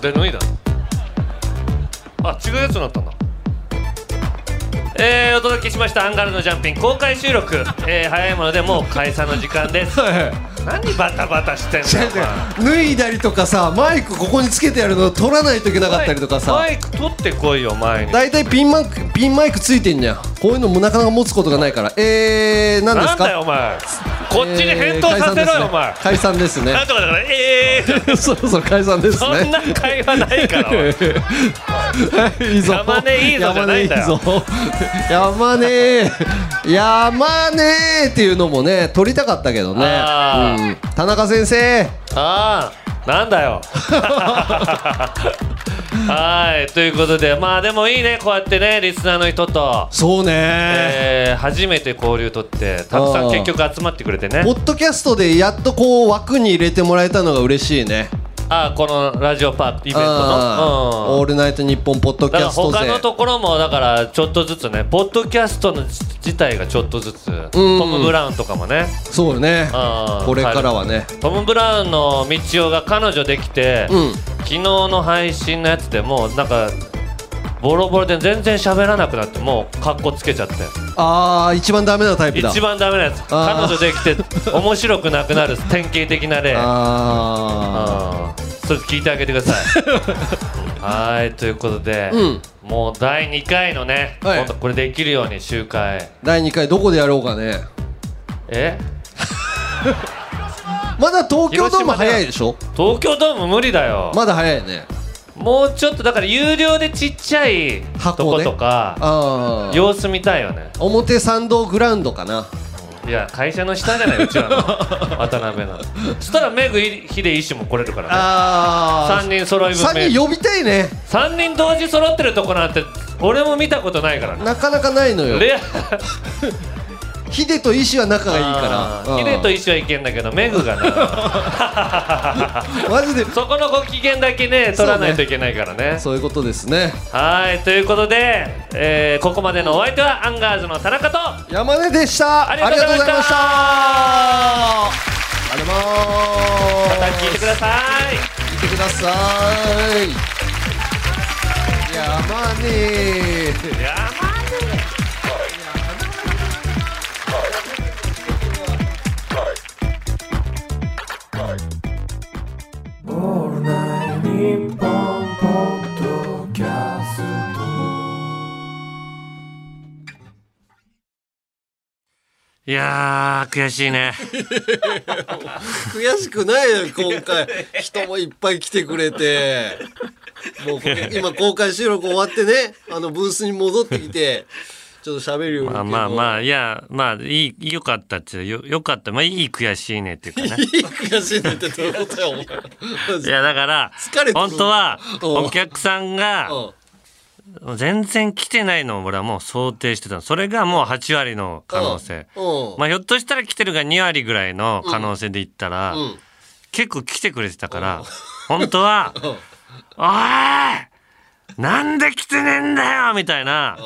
[SPEAKER 1] で脱いだあ違うやつになったんだえー、お届けしましたアンガールズのジャンピン公開収録、えー、早いものでもう解散の時間 [laughs] です何バタバタしてんだよお前
[SPEAKER 2] 脱いだりとかさマイクここにつけてやるの取らないといけなかったりとかさ
[SPEAKER 1] マイク取ってこいよ前に
[SPEAKER 2] 大体ピンマイクピンマイクついてんじゃんこういうのもなかなか持つことがないからえー、何です
[SPEAKER 1] なん
[SPEAKER 2] か
[SPEAKER 1] だよお前こっちに返答させろよお前
[SPEAKER 2] 解散ですね
[SPEAKER 1] なんとかだからえー
[SPEAKER 2] 解散ですねそろそろ解散です
[SPEAKER 1] そん
[SPEAKER 2] ね
[SPEAKER 1] な会話ないから [laughs] おい
[SPEAKER 2] [laughs] いいぞ
[SPEAKER 1] 山根いいぞじゃ
[SPEAKER 2] 山
[SPEAKER 1] な
[SPEAKER 2] 根
[SPEAKER 1] い
[SPEAKER 2] い
[SPEAKER 1] ん
[SPEAKER 2] い
[SPEAKER 1] だよ
[SPEAKER 2] ぞ山根山根っていうのもね取りたかったけどね、
[SPEAKER 1] あー
[SPEAKER 2] うん田中先生
[SPEAKER 1] ああなんだよ [laughs] はいということでまあでもいいねこうやってねリスナーの人と、
[SPEAKER 2] そうね、
[SPEAKER 1] えー初めて交流取ってたくさん
[SPEAKER 2] あー
[SPEAKER 1] 結局集まってくれてね
[SPEAKER 2] ポッドキャストでやっとこう枠に入れてもらえたのが嬉しいね
[SPEAKER 1] あーこのラジオパーティーイベント
[SPEAKER 2] あー
[SPEAKER 1] の、
[SPEAKER 2] オ
[SPEAKER 1] う
[SPEAKER 2] ー
[SPEAKER 1] ん、
[SPEAKER 2] ルナイトニッポン」ポッドキ
[SPEAKER 1] だから
[SPEAKER 2] ャスト
[SPEAKER 1] 他
[SPEAKER 2] 勢
[SPEAKER 1] のところもだからちょっとずつねポッドキャストの自体がちょっとずつ、トム・ブラウンとかもね
[SPEAKER 2] そうね
[SPEAKER 1] あー
[SPEAKER 2] これからはね
[SPEAKER 1] トム・ブラウンの道ちが彼女できて、
[SPEAKER 2] うん
[SPEAKER 1] 昨日の配信のやつでもうなんかボロボロで全然喋らなくなってもう格好つけちゃって
[SPEAKER 2] ああ一番ダメなタイプだ
[SPEAKER 1] 一番ダメなやつ彼
[SPEAKER 2] あー
[SPEAKER 1] 女できて面白くなくなる典型的な例
[SPEAKER 2] あ
[SPEAKER 1] あーそれ聞いてあげてください
[SPEAKER 2] [laughs]
[SPEAKER 1] はーいということで、
[SPEAKER 2] うん
[SPEAKER 1] もう第2回のね、
[SPEAKER 2] はい
[SPEAKER 1] 今度これできるように集会
[SPEAKER 2] ー第2回どこでやろうかね
[SPEAKER 1] え
[SPEAKER 2] まだ東京ドーム早いでしょ
[SPEAKER 1] 東京ドーム無理だよ、
[SPEAKER 2] まだ早いね
[SPEAKER 1] もうちょっとだから有料でちっちゃいと
[SPEAKER 2] 箱
[SPEAKER 1] こ
[SPEAKER 2] ね
[SPEAKER 1] とか、
[SPEAKER 2] ああ
[SPEAKER 1] 様子見たいよね
[SPEAKER 2] 表参道グラウンドかない
[SPEAKER 1] や会社の下じゃないうちら
[SPEAKER 2] [laughs]
[SPEAKER 1] の渡辺のそしたらメグヒデイシも来れるからね
[SPEAKER 2] あ
[SPEAKER 1] 3人揃い分
[SPEAKER 2] 3人呼びたいね
[SPEAKER 1] 3人同時揃ってるとこなんて俺も見たことないからね
[SPEAKER 2] なかなかないのよ
[SPEAKER 1] レア
[SPEAKER 2] ヒデとイシは仲がいいから
[SPEAKER 1] ヒデと
[SPEAKER 2] イ
[SPEAKER 1] イシはいけんだけどメグ
[SPEAKER 2] [laughs]
[SPEAKER 1] がな
[SPEAKER 2] マジで
[SPEAKER 1] そこのご機嫌だけね取らないといけないからね
[SPEAKER 2] そういうことですね
[SPEAKER 1] はいということで、えーここまでのお相手はアンガールズの田中と
[SPEAKER 2] 山根でした
[SPEAKER 1] ありがとうございました
[SPEAKER 2] ありがとうございま
[SPEAKER 1] ま
[SPEAKER 2] した
[SPEAKER 1] 聞いてください
[SPEAKER 2] いてください山根
[SPEAKER 1] やばいやー悔しいね
[SPEAKER 2] 悔しくないよ
[SPEAKER 1] [laughs]
[SPEAKER 2] 今回人もいっぱい来てくれてもう
[SPEAKER 1] [laughs]
[SPEAKER 2] これ今公開収録終わってねあのブースに戻ってきてちょっと喋るように
[SPEAKER 1] まあまあま
[SPEAKER 2] あ
[SPEAKER 1] あいやまあいいよかったっていうよよかったまあいい悔しいねっていうかね
[SPEAKER 2] [laughs] いい悔しいねってどういうことよお前マ
[SPEAKER 1] い
[SPEAKER 2] ジ
[SPEAKER 1] やだから
[SPEAKER 2] 疲れてる
[SPEAKER 1] 本当は
[SPEAKER 2] うん
[SPEAKER 1] お客さんが
[SPEAKER 2] うん
[SPEAKER 1] 全然来てないのを俺はもう想定してたのそれがもう8割の可能性
[SPEAKER 2] うんうん
[SPEAKER 1] まあひょっとしたら来てるが2割ぐらいの可能性で言ったら、
[SPEAKER 2] ん
[SPEAKER 1] 結構来てくれてたから本当は
[SPEAKER 2] [laughs]
[SPEAKER 1] 「おいなんで来てねえんだよ!」みたいな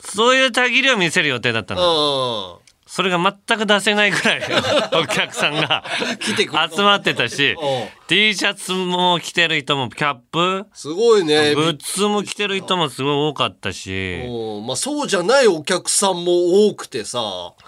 [SPEAKER 1] そういうたぎりを見せる予定だったの。
[SPEAKER 2] うんうん
[SPEAKER 1] それが全く出せないぐらい
[SPEAKER 2] [laughs]
[SPEAKER 1] お客さんが
[SPEAKER 2] 来てくれた
[SPEAKER 1] 集まってたし
[SPEAKER 2] おう
[SPEAKER 1] T シャツも着てる人もキャップ
[SPEAKER 2] すごいね
[SPEAKER 1] グッズも着てる人もすごい多かったし
[SPEAKER 2] うんまあそうじゃないお客さんも多くてさ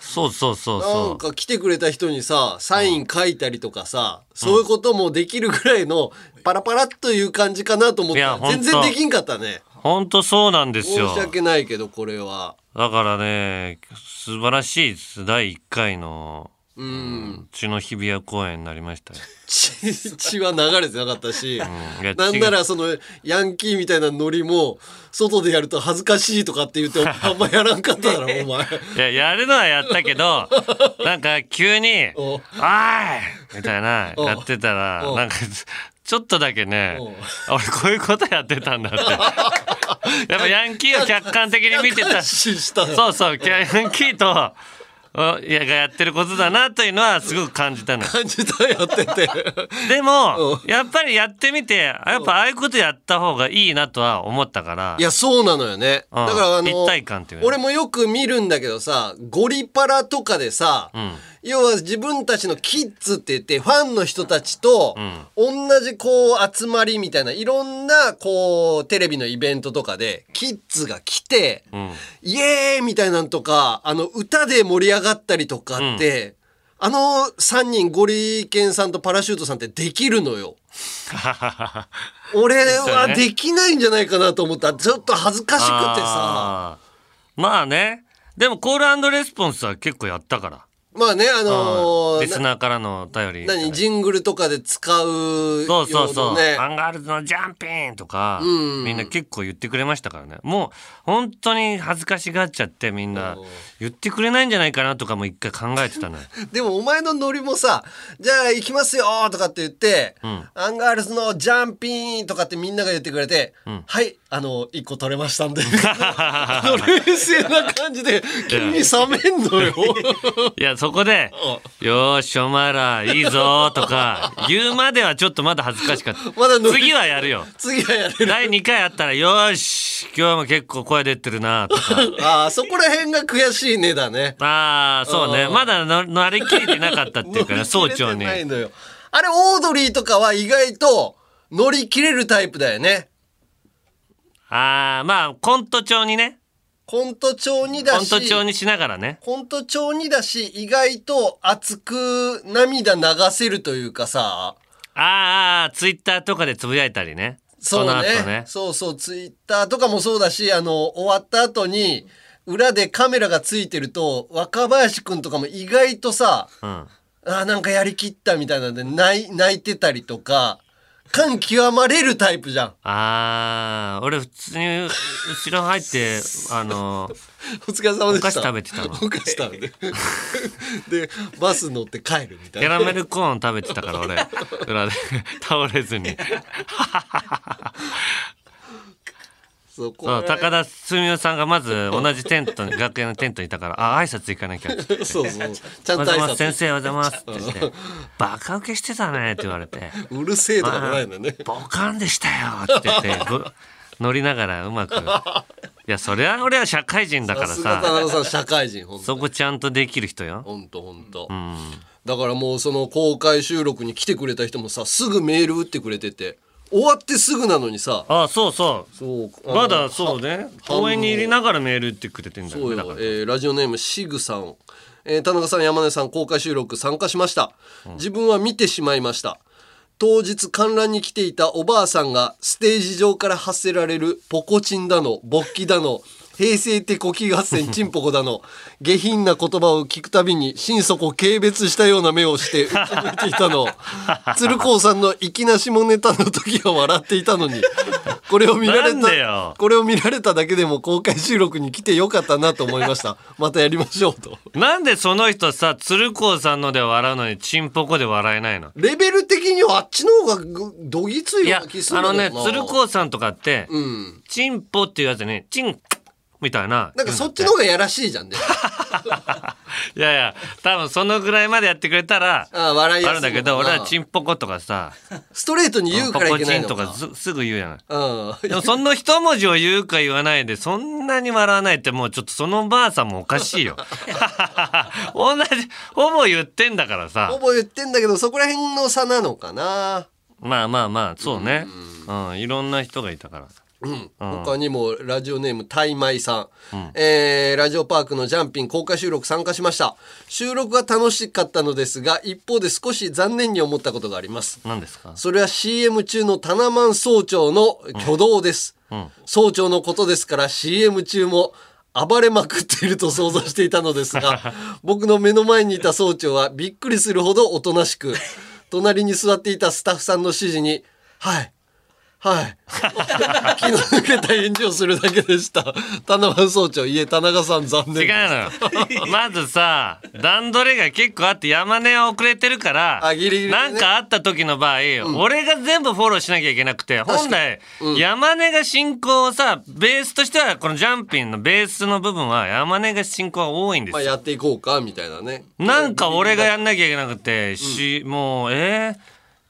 [SPEAKER 1] そうそうそう
[SPEAKER 2] な
[SPEAKER 1] そ
[SPEAKER 2] ん
[SPEAKER 1] う
[SPEAKER 2] か来てくれた人にさサイン書いたりとかさ、そういうこともできるぐらいのパラパラっという感じかなと思
[SPEAKER 1] い
[SPEAKER 2] った
[SPEAKER 1] や
[SPEAKER 2] ら
[SPEAKER 1] ほんと
[SPEAKER 2] 全然できんかったね
[SPEAKER 1] ほんとそうなんです
[SPEAKER 2] 申
[SPEAKER 1] よ
[SPEAKER 2] し訳ないけどこれは
[SPEAKER 1] だからね素晴らしいです第1回の
[SPEAKER 2] うん
[SPEAKER 1] 血の日比谷公演になりました
[SPEAKER 2] [laughs]
[SPEAKER 1] よ
[SPEAKER 2] 血血は流れてなかったし、
[SPEAKER 1] いや
[SPEAKER 2] なんならそのヤンキーみたいなノリも外でやると恥ずかしいとかって言ってあんまやらんかったから
[SPEAKER 1] い
[SPEAKER 2] お前
[SPEAKER 1] や、やるのはやったけ
[SPEAKER 2] [laughs]
[SPEAKER 1] ど、なんか急に、
[SPEAKER 2] お
[SPEAKER 1] お
[SPEAKER 2] う
[SPEAKER 1] いみたいな、
[SPEAKER 2] おう
[SPEAKER 1] やってたら
[SPEAKER 2] お、う
[SPEAKER 1] なんか、ちょっとだけね
[SPEAKER 2] おう、
[SPEAKER 1] 俺こういうことやってたんだ
[SPEAKER 2] [laughs]
[SPEAKER 1] って。やっぱヤンキーを客観的 [laughs] に見てた。
[SPEAKER 2] 感心した
[SPEAKER 1] そうそう、ヤンキーと、おいや、がやってることだなというのはすごく感じたのよ。
[SPEAKER 2] 感じたやってて
[SPEAKER 1] [laughs] で
[SPEAKER 2] お
[SPEAKER 1] も、やっぱりやってみて、あやっぱああいうことやった方がいいなとは思ったから
[SPEAKER 2] い、やそうなのよね
[SPEAKER 1] うん
[SPEAKER 2] だからあの
[SPEAKER 1] 一体感っていうかね
[SPEAKER 2] 俺もよく見るんだけどさゴリパラとかでさ、
[SPEAKER 1] ん
[SPEAKER 2] 要は自分たちのキッズって言ってファンの人たちと同じこう集まりみたいないろんなこうテレビのイベントとかでキッズが来て、イエーイみたいなんとかあの歌で盛り上がったりとかって、あの3人ゴリケンさんとパラシュートさんってできるのよ。俺はできないんじゃないかなと思ったちょっと恥ずかしくてさ。
[SPEAKER 1] あーまあねでもコールレスポンスは結構やったから
[SPEAKER 2] まあねあの
[SPEAKER 1] うん
[SPEAKER 2] ー
[SPEAKER 1] リスナーからのお便り
[SPEAKER 2] 何ジングルとかで使う
[SPEAKER 1] そうそう
[SPEAKER 2] よ
[SPEAKER 1] そうう、
[SPEAKER 2] なね
[SPEAKER 1] アンガールズのジャンピンとか、
[SPEAKER 2] うん
[SPEAKER 1] みんな結構言ってくれましたからねもう本当に恥ずかしがっちゃってみんな言ってくれないんじゃないかなとかも一回考えてたのよ
[SPEAKER 2] でもお前のノリもさ「じゃあ行きますよ」とかって言って、アンガールズのジャンピーンとかってみんなが言ってくれて「はいあの一個取れました
[SPEAKER 1] [laughs]
[SPEAKER 2] んで」あの冷静な感じで君冷めんのよ。
[SPEAKER 1] いやそこで「よーしお前らいいぞ」と
[SPEAKER 2] [laughs]
[SPEAKER 1] か言うまではちょっとまだ恥ずかしかった
[SPEAKER 2] まだノリ
[SPEAKER 1] 次はやるよ
[SPEAKER 2] [laughs] 次はやれる。
[SPEAKER 1] 第2回あったら「よーし今日も結構声出てるな」と
[SPEAKER 2] [laughs]
[SPEAKER 1] か
[SPEAKER 2] ああそこら辺が悔しいねだね。
[SPEAKER 1] ああそうね
[SPEAKER 2] うん
[SPEAKER 1] まだのなりきれてなか
[SPEAKER 2] [laughs]
[SPEAKER 1] ったっていうかね
[SPEAKER 2] 乗
[SPEAKER 1] 総
[SPEAKER 2] り切れ
[SPEAKER 1] 長に
[SPEAKER 2] てないのよあれオードリーとかは意外と乗り切れるタイプだよね。
[SPEAKER 1] ああまあコント調にね
[SPEAKER 2] コント調にだ
[SPEAKER 1] コン
[SPEAKER 2] し
[SPEAKER 1] ト調にしながらね
[SPEAKER 2] コント調にだし意外と熱く涙流せるというかさ
[SPEAKER 1] あーあー、ツイッターとかでつぶやいたりね。
[SPEAKER 2] そう
[SPEAKER 1] この
[SPEAKER 2] ね
[SPEAKER 1] 後ね。
[SPEAKER 2] そうそうツイッターとかもそうだしあの終わった後に裏でカメラがついてると若林くんとかも意外とさ
[SPEAKER 1] うん。
[SPEAKER 2] あーなんかやりきったみたいなんで泣い泣いてたりとか感極まれるタイプじゃん。
[SPEAKER 1] ああ、俺普通に後ろ入って、あの、
[SPEAKER 2] お疲れ様でした。
[SPEAKER 1] お菓子食べてたの
[SPEAKER 2] お菓子食べて。で、バス乗って帰るみた
[SPEAKER 1] キャ
[SPEAKER 2] いな。
[SPEAKER 1] ラメルコーン食べてたから俺、裏で倒れずに。
[SPEAKER 2] そう、こ
[SPEAKER 1] そう、
[SPEAKER 2] れ
[SPEAKER 1] 高田純代さんがまず同じテントに、学園のテントにいたから、あ、挨拶行かなきゃ。
[SPEAKER 2] そうそう。ちゃ
[SPEAKER 1] お
[SPEAKER 2] ん
[SPEAKER 1] はようご
[SPEAKER 2] と
[SPEAKER 1] ざい
[SPEAKER 2] 挨
[SPEAKER 1] ます先
[SPEAKER 2] 拶。
[SPEAKER 1] 生おはようございますって言ってバカ受けしてたねって言われて
[SPEAKER 2] うるせえとかもないんだね。
[SPEAKER 1] ボカンでしたよって
[SPEAKER 2] [laughs]
[SPEAKER 1] 言ってぶ乗りながらうまくいやそりゃ俺は社会人だか
[SPEAKER 2] さ
[SPEAKER 1] ら
[SPEAKER 2] すが
[SPEAKER 1] さ
[SPEAKER 2] 田中さん、社会人、ほんと。
[SPEAKER 1] そこちゃんとできる人よ。
[SPEAKER 2] ほんとほんと。だからもうその公開収録に来てくれた人もさ、すぐメール打ってくれてて、終わってすぐなのにさ、
[SPEAKER 1] あそうそう。
[SPEAKER 2] そう、あの
[SPEAKER 1] まだそうね。公園にいりながらメール打ってくれてんだ
[SPEAKER 2] そ
[SPEAKER 1] よ
[SPEAKER 2] う
[SPEAKER 1] ね。
[SPEAKER 2] よ
[SPEAKER 1] だか、ら。
[SPEAKER 2] えーラジオネームシグさん、えー田中さん山根さん公開収録参加しました、自分は見てしまいました当日観覧に来ていたおばあさんがステージ上から発せられるポコチンだの勃起だの平成手コキ
[SPEAKER 1] [laughs]
[SPEAKER 2] 合戦チンポコだの下品な言葉を聞くたびに心底軽蔑したような目をしてうちむいていた
[SPEAKER 1] [laughs]
[SPEAKER 2] のを鶴光さんの粋な下ネタの時は笑っていたのにこれを見られ
[SPEAKER 1] なんだよ
[SPEAKER 2] たこれを見られただけでも公開収録に来てよかったなと思いました。 [laughs] またやりましょうと。
[SPEAKER 1] なんでその人さ、鶴光さんので笑うのにチンポコで笑えないの
[SPEAKER 2] レベル的にはあっちの方がぐどぎつい
[SPEAKER 1] い
[SPEAKER 2] よ
[SPEAKER 1] や
[SPEAKER 2] うな気、する
[SPEAKER 1] あ
[SPEAKER 2] んだ
[SPEAKER 1] の
[SPEAKER 2] けどな
[SPEAKER 1] ね、鶴光さんとかって、
[SPEAKER 2] うん。
[SPEAKER 1] チンポっていうやつに、チン、みたいな。
[SPEAKER 2] なんかそっちの方がやらしいじゃんね。
[SPEAKER 1] いやいや、多分そのぐらいまでやってくれたら、
[SPEAKER 2] あ笑いや
[SPEAKER 1] あ
[SPEAKER 2] すい
[SPEAKER 1] る
[SPEAKER 2] の
[SPEAKER 1] んだけ
[SPEAKER 2] かな
[SPEAKER 1] ど、俺はチンポコとかさ、
[SPEAKER 2] ストレートに言う
[SPEAKER 1] ポ
[SPEAKER 2] からい
[SPEAKER 1] コ
[SPEAKER 2] け
[SPEAKER 1] チ
[SPEAKER 2] ない
[SPEAKER 1] ン
[SPEAKER 2] の
[SPEAKER 1] と
[SPEAKER 2] か。
[SPEAKER 1] かすすぐ言うやん。
[SPEAKER 2] うん。
[SPEAKER 1] でもその一文字を言うか言わないでそんなに笑わないってもうちょっとそのばあさんもおか
[SPEAKER 2] [laughs]
[SPEAKER 1] しいよ。同じほぼ言ってんだから
[SPEAKER 2] ほ
[SPEAKER 1] さ
[SPEAKER 2] ぼ言ってんだけど、そこら辺の差なのかな。
[SPEAKER 1] まあまあまあそうね、うん、いろんな人がいたから。
[SPEAKER 2] うん、他にもラジオネームタイマイさん、えーラジオパークのジャンピン公開収録参加しました収録が楽しかったのですが一方で少し残念に思ったことがあります
[SPEAKER 1] 何ですか
[SPEAKER 2] それは CM 中のタナマン総長の挙動です、総長のことですから CM 中も暴れまくっていると想像していたのですが僕の目の前にいた総長はびっくりするほどおとなしく隣に座っていたスタッフさんの指示に「はいはい」気の抜けた返事をするだけでしたタナマン総長いえ田中さん残念
[SPEAKER 1] 違う
[SPEAKER 2] です
[SPEAKER 1] のよ
[SPEAKER 2] [laughs]
[SPEAKER 1] まずさ段取りが結構あって山根は遅れてるから
[SPEAKER 2] あギリギリね
[SPEAKER 1] なんかあった時の場合、俺が全部フォローしなきゃいけなくて
[SPEAKER 2] かに
[SPEAKER 1] 本来、山根が進行をさベースとしてはこのジャンピンのベースの部分は山根が進行が多いんです
[SPEAKER 2] まあ
[SPEAKER 1] よ。
[SPEAKER 2] やっていこうかみたいなね
[SPEAKER 1] なんか俺がやんなきゃいけなくて、しもうえー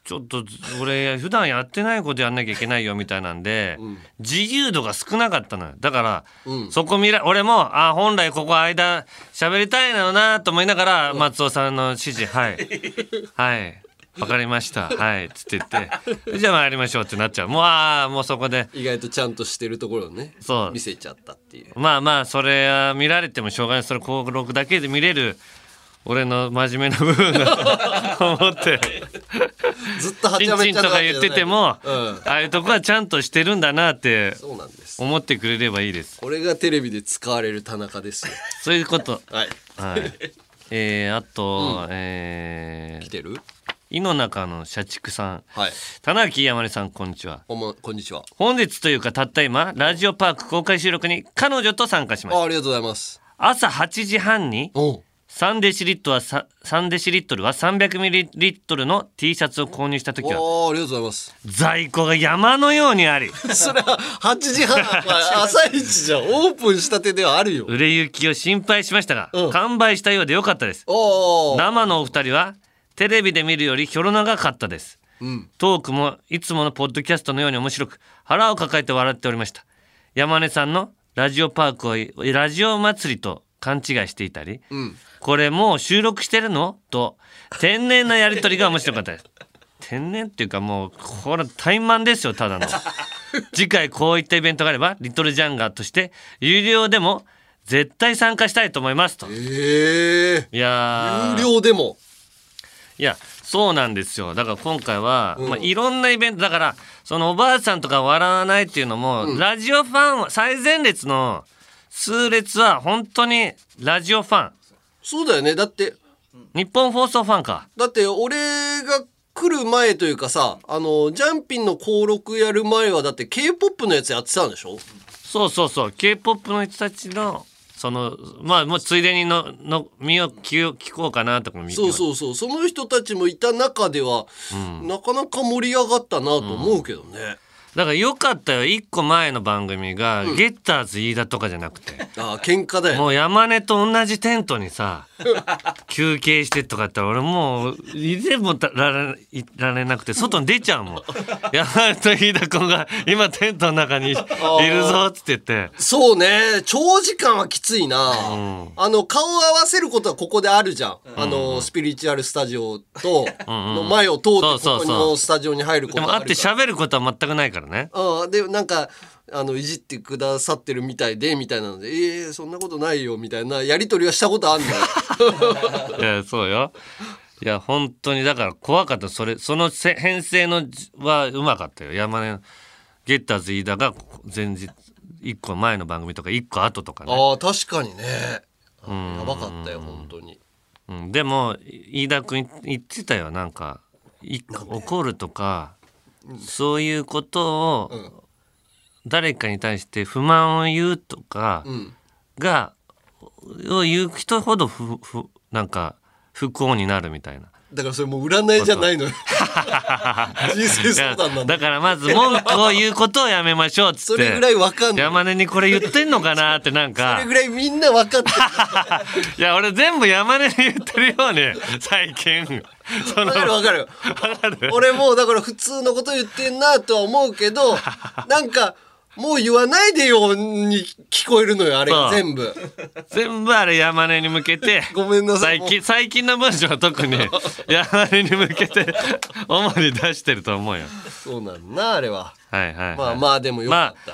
[SPEAKER 1] ちょっと俺普段やってないことやんなきゃいけないよみたいなんで、自由度が少なかったのよだから、そこ見ら俺もあ本来ここ間喋りたいのなと思いながら、松尾さんの指示はいはいわかりましたはいつって言ってじゃあ参りましょうってなっちゃうもうあーもうそこで
[SPEAKER 2] 意外とちゃんとしてるところをね
[SPEAKER 1] そう
[SPEAKER 2] 見せちゃったっていう
[SPEAKER 1] まあまあそれは見られてもしょうがないそれ高録だけで見れる俺の真面目な部分が思
[SPEAKER 2] [laughs]
[SPEAKER 1] って。
[SPEAKER 2] ずっとは
[SPEAKER 1] チ
[SPEAKER 2] ち
[SPEAKER 1] ン
[SPEAKER 2] ゃ
[SPEAKER 1] チ
[SPEAKER 2] め
[SPEAKER 1] ンと
[SPEAKER 2] ちゃなわ
[SPEAKER 1] か
[SPEAKER 2] けじ
[SPEAKER 1] 言
[SPEAKER 2] ゃない
[SPEAKER 1] ってても、
[SPEAKER 2] うん、
[SPEAKER 1] ああいうとこはちゃんとしてるんだなって
[SPEAKER 2] そうなんです
[SPEAKER 1] 思ってくれればいいです。
[SPEAKER 2] これがテレビで使われる田中ですよ
[SPEAKER 1] そういうこと。
[SPEAKER 2] はい [laughs]
[SPEAKER 1] はい。えー、あと、え
[SPEAKER 2] 来
[SPEAKER 1] ー、
[SPEAKER 2] てる
[SPEAKER 1] 井の中の社畜さん、
[SPEAKER 2] はい
[SPEAKER 1] 田中山根さんこんにちは。
[SPEAKER 2] こんばんこんにちは
[SPEAKER 1] 本日というかたった今ラジオパーク公開収録に彼女と参加しまし
[SPEAKER 2] あありがとうございます
[SPEAKER 1] た。朝8時半に
[SPEAKER 2] おう
[SPEAKER 1] 3デシリットルはさ3デシリットルは300ミリリットルの T シャツを購入した時は
[SPEAKER 2] おーありがとうございます
[SPEAKER 1] 在庫が山のようにあり。
[SPEAKER 2] それは8時半、まあ朝一じゃオープンしたてではあるよ。
[SPEAKER 1] 売れ行きを心配しましたが、
[SPEAKER 2] うん
[SPEAKER 1] 完売したようで良かったです
[SPEAKER 2] おー
[SPEAKER 1] 生のお二人はテレビで見るよりひょろ長かったです、
[SPEAKER 2] ん
[SPEAKER 1] トークもいつものポッドキャストのように面白く腹を抱えて笑っておりました山根さんのラジオパークをラジオ祭りと勘違いしていたり、これもう収録してるのと天然なやりとりが面白かった
[SPEAKER 2] [laughs]
[SPEAKER 1] です天然っていうかもうこれ怠慢ですよ
[SPEAKER 2] [laughs]
[SPEAKER 1] ただの次回こういったイベントがあればリトルジャンガーとして有料でも絶対参加したいと思いますとい
[SPEAKER 2] ええ
[SPEAKER 1] やー
[SPEAKER 2] 無料でも。
[SPEAKER 1] いやそうなんですよだから今回は、まあ、いろんなイベントだからそのおばあさんとか笑わないっていうのも、ラジオファンは最前列の数列は本当にラジオファン
[SPEAKER 2] そうだよね。だって、
[SPEAKER 1] 日本放送ファンか
[SPEAKER 2] だって俺が来る前というかさ、あの、ジャンピンの登録やる前はだって K-POP のやつやってたんでしょ
[SPEAKER 1] そうそうそう k p o p の人たちのそのまあもうついでにのの身を聞聞こうかなとか見
[SPEAKER 2] そう
[SPEAKER 1] う
[SPEAKER 2] そうそう。その人たちもいた中では、なかなか盛り上がったなと思うけどね。
[SPEAKER 1] だからよかったよ一個前の番組が、ゲッターズ飯田とかじゃなくて
[SPEAKER 2] ああ、喧嘩だよ
[SPEAKER 1] [laughs]
[SPEAKER 2] ね。
[SPEAKER 1] もう山根と同じテントにさ休憩してとかって俺もういてもたられいられなくて外に出ちゃうもん山根と飯田君が今テントの中にいるぞっつって言って
[SPEAKER 2] そうね長時間はきついな、
[SPEAKER 1] ん
[SPEAKER 2] あの顔を合わせることはここであるじゃん、あのスピリチュアルスタジオとの前を通って
[SPEAKER 1] そうそ
[SPEAKER 2] こ
[SPEAKER 1] うそう
[SPEAKER 2] このスタジオに入るこ
[SPEAKER 1] で
[SPEAKER 2] と
[SPEAKER 1] も
[SPEAKER 2] は
[SPEAKER 1] 会
[SPEAKER 2] あ
[SPEAKER 1] っ
[SPEAKER 2] る
[SPEAKER 1] て
[SPEAKER 2] じゃん
[SPEAKER 1] 喋ることは全くないから
[SPEAKER 2] [laughs]
[SPEAKER 1] ね
[SPEAKER 2] うんでなんかあのいじってくださってるみたいでみたいなので「えー、そんなことないよ」みたいなやり取りはした
[SPEAKER 1] [laughs]
[SPEAKER 2] ことあんだよ
[SPEAKER 1] いやそうよいや本当にだから怖かったそれそのせ編成のじはうまかったよ山根ゲッターズ飯田が前日一個前の番組とか一個後とかね
[SPEAKER 2] ああ確かにねやばかったよ本当に
[SPEAKER 1] うん、でもい飯田君言ってたよなんかい怒るとかそういうことを誰かに対して不満を言うとか
[SPEAKER 2] ん
[SPEAKER 1] が、を言う人ほどふふなんか不幸になるみたいな。
[SPEAKER 2] だからそれもう占いじゃないのよ人生相談なん
[SPEAKER 1] いや
[SPEAKER 2] だ
[SPEAKER 1] からまず文句を言うことをやめましょうっつ
[SPEAKER 2] そ
[SPEAKER 1] って
[SPEAKER 2] れぐらいわかんない
[SPEAKER 1] 山根にこれ言ってんのかなってなん
[SPEAKER 2] そ
[SPEAKER 1] か
[SPEAKER 2] れぐらいみんなわかってる
[SPEAKER 1] いや俺全部山根に言ってるように最近 [laughs] その
[SPEAKER 2] わかるわかる。俺もうだから普通のこと言ってんなとは思うけ
[SPEAKER 1] [laughs]
[SPEAKER 2] ど、なんか、もう言わないでよに聞こえるのよ、あれ
[SPEAKER 1] そう
[SPEAKER 2] 全部。
[SPEAKER 1] 全部あれ山根に向けて
[SPEAKER 2] ごめんなさい
[SPEAKER 1] 最近最近の文章は特
[SPEAKER 2] [laughs]
[SPEAKER 1] に山根に向けて主に出してると思うよ
[SPEAKER 2] そうなんだな、あれは。
[SPEAKER 1] はいはい、はい、
[SPEAKER 2] まあまあでもよかっ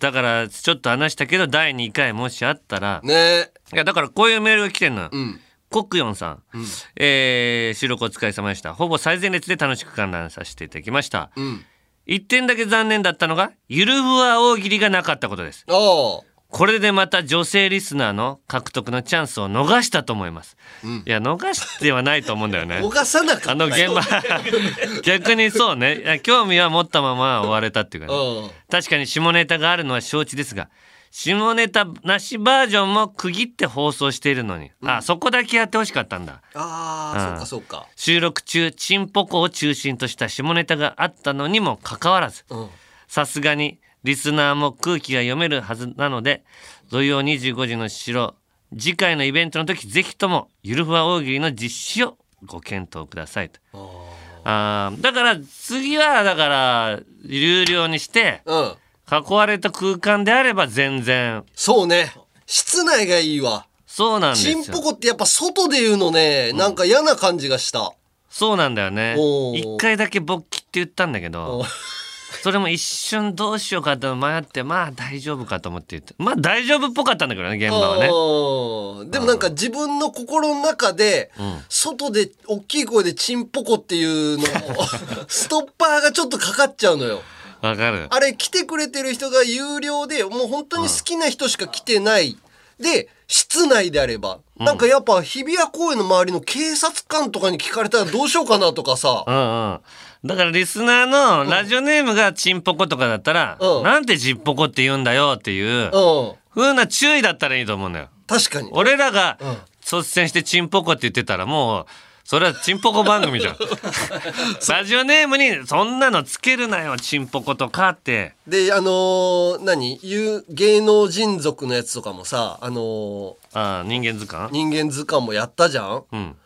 [SPEAKER 2] た。
[SPEAKER 1] だからちょっと話したけど第2回もしあったら、
[SPEAKER 2] ね
[SPEAKER 1] いやだからこういうメールが来てんのよ、
[SPEAKER 2] ん
[SPEAKER 1] コクヨンさん、えー収録お疲れ様でしたほぼ最前列で楽しく観覧させていただきました、
[SPEAKER 2] ん
[SPEAKER 1] 一点だけ残念だったのがゆるふわ大喜利がなかったことです
[SPEAKER 2] おう
[SPEAKER 1] これでまた女性リスナーの獲得のチャンスを逃したと思います、いや逃してはないと思うんだよ
[SPEAKER 2] [laughs]
[SPEAKER 1] ね
[SPEAKER 2] 逃さなか
[SPEAKER 1] あ
[SPEAKER 2] った
[SPEAKER 1] の現
[SPEAKER 2] よ。[laughs]
[SPEAKER 1] 場逆にそうねいや興味は持ったまま終われたっていうかね、
[SPEAKER 2] うん。
[SPEAKER 1] 確かに下ネタがあるのは承知ですが下ネタなしバージョンも区切って放送しているのに、あそこだけやってほしかったんだ
[SPEAKER 2] あ
[SPEAKER 1] う
[SPEAKER 2] あ、
[SPEAKER 1] ん
[SPEAKER 2] そうか
[SPEAKER 1] 収録中チンポコを中心とした下ネタがあったのにもかかわらず
[SPEAKER 2] そうか。
[SPEAKER 1] さすがにリスナーも空気が読めるはずなので土曜25時の城次回のイベントの時ぜひともゆるふわ大喜利の実施をご検討くださいと
[SPEAKER 2] うん。あ
[SPEAKER 1] あーだから次はだから有料にして
[SPEAKER 2] うん
[SPEAKER 1] 囲われた空間であれば全然
[SPEAKER 2] そうね室内がいいわ
[SPEAKER 1] そうなんです
[SPEAKER 2] チ
[SPEAKER 1] よ
[SPEAKER 2] ンポコってやっぱ外で言うのね、なんか嫌な感じがした
[SPEAKER 1] そうなんだよね
[SPEAKER 2] おー
[SPEAKER 1] 一回だけ勃起って言ったんだけど
[SPEAKER 2] お
[SPEAKER 1] それも一瞬どうしようかと迷ってまあ大丈夫かと思って言ったまあ大丈夫っぽかったんだけどね現場はね
[SPEAKER 2] うんでもなんか自分の心の中で、
[SPEAKER 1] ん
[SPEAKER 2] 外で大きい声でチンポコっていうの
[SPEAKER 1] [laughs]
[SPEAKER 2] ストッパーがちょっとかかっちゃうのよ
[SPEAKER 1] わかる
[SPEAKER 2] あれ来てくれてる人が有料でもう本当に好きな人しか来てない、で室内であれば、なんかやっぱ日比谷公園の周りの警察官とかに聞かれたらどうしようかなとかさ
[SPEAKER 1] う、んうんだからリスナーのラジオネームがチンポコとかだったら、
[SPEAKER 2] うん
[SPEAKER 1] なんてジッポコって言うんだよっていう
[SPEAKER 2] うん、
[SPEAKER 1] 風な注意だったらいいと思うのよ
[SPEAKER 2] 確かに
[SPEAKER 1] 俺らが
[SPEAKER 2] ん
[SPEAKER 1] 率先してチンポコって言ってたらもうそれはチンポコ番組 [laughs] じゃんラジオネームにそんなのつけるなよチンポコとかって
[SPEAKER 2] であのー何有芸能人族のやつとかもさあのー
[SPEAKER 1] ああ人間図鑑
[SPEAKER 2] 人間図鑑もやったじゃん
[SPEAKER 1] うん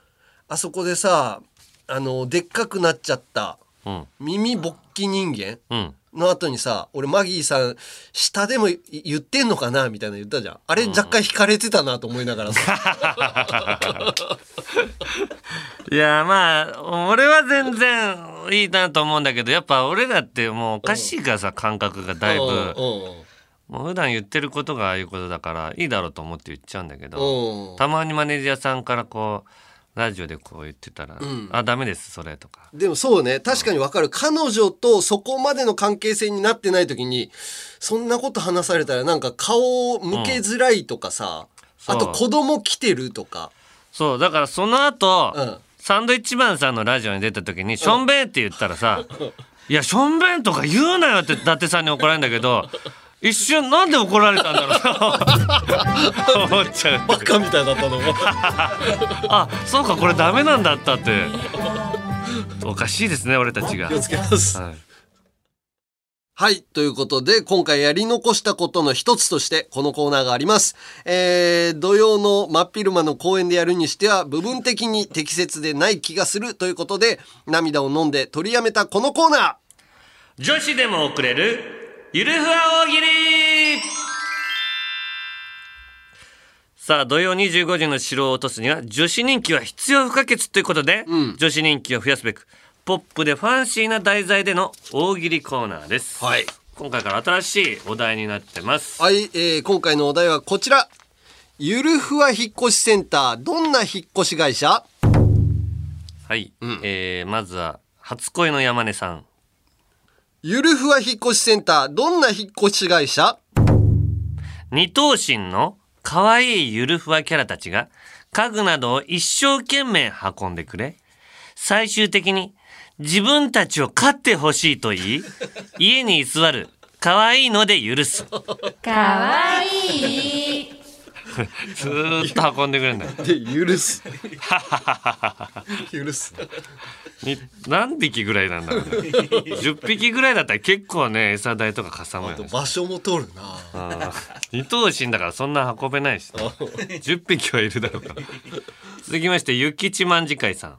[SPEAKER 2] あそこでさあのでっかくなっちゃった
[SPEAKER 1] うん
[SPEAKER 2] 耳勃起人間
[SPEAKER 1] うん
[SPEAKER 2] の後にさ俺マギーさん下でもい言ってんのかなみたいなの言ったじゃんあれ若干惹かれてたなと思いながらさ、
[SPEAKER 1] いやまあ俺は全然いいなと思うんだけどやっぱ俺らってもうおかしいからさ感覚が [laughs] だいぶ。
[SPEAKER 2] う
[SPEAKER 1] もう普段言ってることがああいうことだからいいだろうと思って言っちゃうんだけど
[SPEAKER 2] んうんうん
[SPEAKER 1] たまにマネージャーさんからこうラジオでこう言ってたら「あダメですそれ」とか
[SPEAKER 2] でもそうね確かにわかる彼女とそこまでの関係性になってない時にそんなこと話されたらなんか顔を向けづらいとかさ、
[SPEAKER 1] うん
[SPEAKER 2] あと子供来てるとか
[SPEAKER 1] そうだからその後、
[SPEAKER 2] うん
[SPEAKER 1] サンドイッチマンさんのラジオに出た時に「しょんべん」って言ったら
[SPEAKER 2] [laughs]
[SPEAKER 1] さ「いやしょんべんとか言うなよ」って伊達さんに怒られるんだけ
[SPEAKER 2] [laughs]
[SPEAKER 1] ど一瞬なんで怒られたんだろう
[SPEAKER 2] [laughs]
[SPEAKER 1] な思っちゃう
[SPEAKER 2] バカみたいだったのも。
[SPEAKER 1] あそうかこれダメなんだったっておかしいですね俺たちが
[SPEAKER 2] [laughs] 気を。つけます。
[SPEAKER 1] はい
[SPEAKER 2] はい。ということで、今回やり残したことの一つとして、このコーナーがあります。えー、土曜の真っ昼間の公演でやるにしては、部分的に適切でない気がするということで、涙を飲んで取りやめたこのコーナー。
[SPEAKER 1] 女子でも送れるゆるふわ大喜利さあ土曜25時の城を落とすには女子人気は必要不可欠ということで、女子人気を増やすべくポップでファンシーな題材での大喜利コーナーです、
[SPEAKER 2] はい。
[SPEAKER 1] 今回から新しいお題になってます
[SPEAKER 2] はい、えー、今回のお題はこちら。ゆるふわ引っ越しセンター、どんな引っ越し会社
[SPEAKER 1] はい、えーまずは初恋の山根さん
[SPEAKER 2] ゆるふわ引っ越しセンター、どんな引っ越し会社
[SPEAKER 1] 二頭身の可愛いゆるふわキャラたちが家具などを一生懸命運んでくれ最終的に自分たちを飼ってほしいと言い家に居座る可愛いので許す
[SPEAKER 3] かわいい
[SPEAKER 1] ずーっと運んでくれるんだよ
[SPEAKER 2] で、許す。許す。
[SPEAKER 1] に何匹ぐらいなんだろうね10匹ぐらいだったら結構ね餌代とかかさむよね
[SPEAKER 2] 場所も取るな。
[SPEAKER 1] 二頭身だからそんな運べないしね、10匹はいるだろうから続きましてゆきちまんじかいさん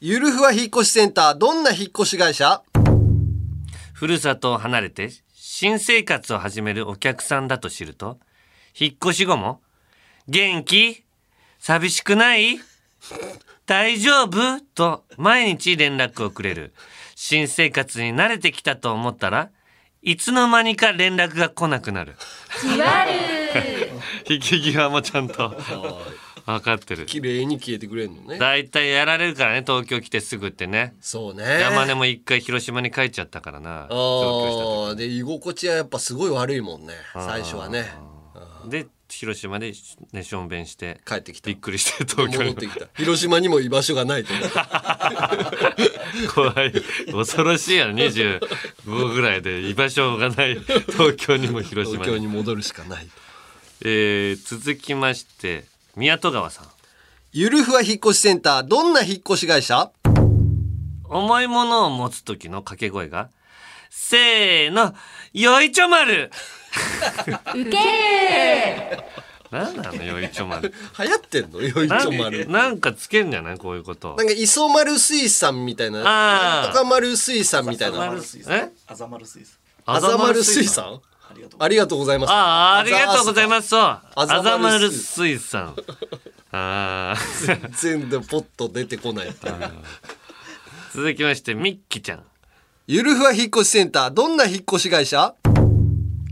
[SPEAKER 2] ゆるふわ引っ越しセンター、どんな引っ越し会社
[SPEAKER 1] ふるさとを離れて新生活を始めるお客さんだと知ると引っ越し後も「元気寂しくない大丈夫?」と毎日連絡をくれる新生活に慣れてきたと思ったらいつの間にか連絡が来なくなる。 [laughs] 引き際もちゃんと分かってる。
[SPEAKER 2] 綺麗に消えてくれるのね。
[SPEAKER 1] だいたいやられるからね東京来てすぐってね。
[SPEAKER 2] そうね。
[SPEAKER 1] 山根も一回広島に帰っちゃったからな。上京した時
[SPEAKER 2] ああ、で、居心地はやっぱすごい悪いもんね。最初はね。
[SPEAKER 1] で広島でねしょんべんして
[SPEAKER 2] 帰ってきた
[SPEAKER 1] びっくりして東京
[SPEAKER 2] 戻っ
[SPEAKER 1] に
[SPEAKER 2] てきた。広島にも居場所がないと思う。
[SPEAKER 1] 怖い恐ろしいやろ25ぐらいで居場所がない東京にも広島
[SPEAKER 2] 東
[SPEAKER 1] に
[SPEAKER 2] 京に戻るしかない。
[SPEAKER 1] えー続きまして宮戸川さん
[SPEAKER 2] ゆるふわ引っ越しセンター、どんな引っ越し会社
[SPEAKER 1] 重いものを持つ時の掛け声がせーのよいちょ丸
[SPEAKER 3] ウケる
[SPEAKER 1] 何なのよいちょ丸
[SPEAKER 2] 流行ってんのよいちょ丸
[SPEAKER 1] なんなんかつけんじゃないこういうこと
[SPEAKER 2] なんか磯丸水産みたいな
[SPEAKER 1] あー
[SPEAKER 2] なんとか丸水産みたいな
[SPEAKER 1] え
[SPEAKER 11] あざまる水産
[SPEAKER 2] あざ丸水産ありがとうございます
[SPEAKER 1] ああありがとうございますすそうあ
[SPEAKER 2] ざ
[SPEAKER 1] ざまる
[SPEAKER 2] まる
[SPEAKER 1] 水産あー [laughs]
[SPEAKER 2] 全然ポッと出てこないっていう
[SPEAKER 1] 続きましてミッキーちゃん
[SPEAKER 2] ゆるふわ引っ越しセンターどんな引っ越し会社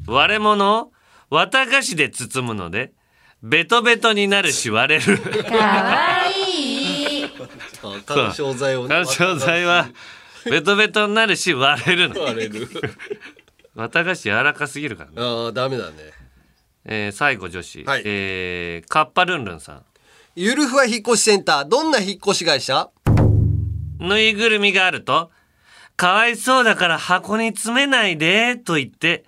[SPEAKER 1] 割れ物を綿菓子で包むのでベトベトになるし割 [laughs] れる
[SPEAKER 2] あ緩衝材をね
[SPEAKER 1] 緩衝材はベトベトになるし割れるの
[SPEAKER 2] 割れる
[SPEAKER 1] 綿菓子柔らかすぎるからね、
[SPEAKER 2] ああダメだね
[SPEAKER 1] えー最後女子、
[SPEAKER 2] はい
[SPEAKER 1] えーカッパルンルンさん
[SPEAKER 2] ゆるふわ引っ越しセンターどんな引っ越し会社
[SPEAKER 1] ぬいぐるみがあると「かわいそうだから箱に詰めないで」と言って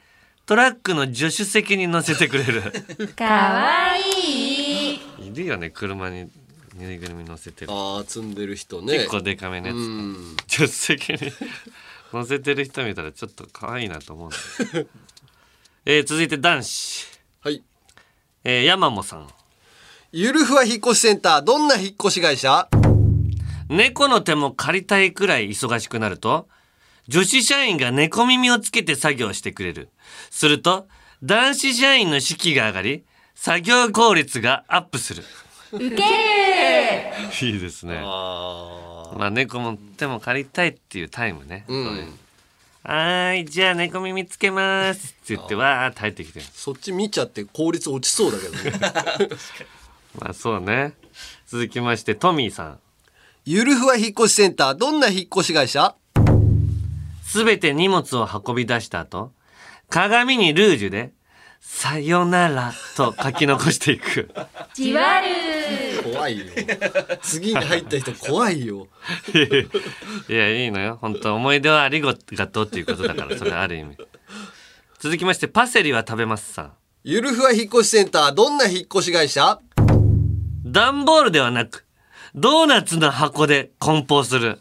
[SPEAKER 1] トラックの助手席に乗せてくれるかわいいいるよね車にぬいぐるみ乗せてる
[SPEAKER 2] ああ積んでる人ね
[SPEAKER 1] 結構デカめのやつ
[SPEAKER 2] うん
[SPEAKER 1] 助手席に [laughs] 乗せてる人見たらちょっと可愛いなと思うんだけどえー続いて男子、
[SPEAKER 2] はい
[SPEAKER 1] えー、山もさん
[SPEAKER 2] ゆるふわ引っ越しセンターどんな引っ越し会社
[SPEAKER 1] 猫の手も借りたいくらい忙しくなると女子社員が猫耳をつけて作業してくれるすると男子社員の士気が上がり作業効率がアップするウケるいいですね
[SPEAKER 2] あ
[SPEAKER 1] まあ猫も手も借りたいっていうタイムね、
[SPEAKER 2] うん
[SPEAKER 1] そういうはーいじゃあ猫耳つけますって言ってわーって入ってきてる
[SPEAKER 2] そっち見ちゃって効率落ちそうだけどね
[SPEAKER 1] まあそうね続きましてトミーさん
[SPEAKER 2] [laughs] ゆるふわ引っ越しセンターどんな引っ越し会社
[SPEAKER 1] すべて荷物を運び出した後、鏡にルージュで、さよならと書き残していく。
[SPEAKER 2] 怖いよ次に入った人怖いよ
[SPEAKER 1] いや、いいのよ。本当思い出はありがとうっていうことだから、それある意味。続きまして、パセリは食べますさん。
[SPEAKER 2] ゆるふわ引っ越しセンターどんな引っ越し会社
[SPEAKER 1] 段ボールではなく、ドーナツの箱で梱包する。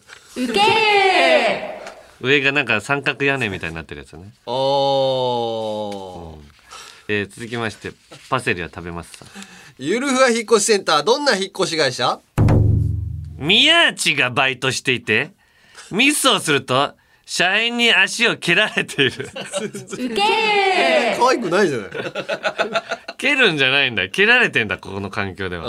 [SPEAKER 1] 上がなんか三角屋根みたいになってるやつね。
[SPEAKER 2] あー
[SPEAKER 1] えー続きまして、パセリは食べますさん。
[SPEAKER 2] ゆるふわ引っ越しセンターどんな引っ越し会社
[SPEAKER 1] 宮地がバイトしていてミスをすると社員に足を蹴られている
[SPEAKER 2] 可愛くないじゃない
[SPEAKER 1] 蹴るんじゃないんだ蹴られてんだここの環境では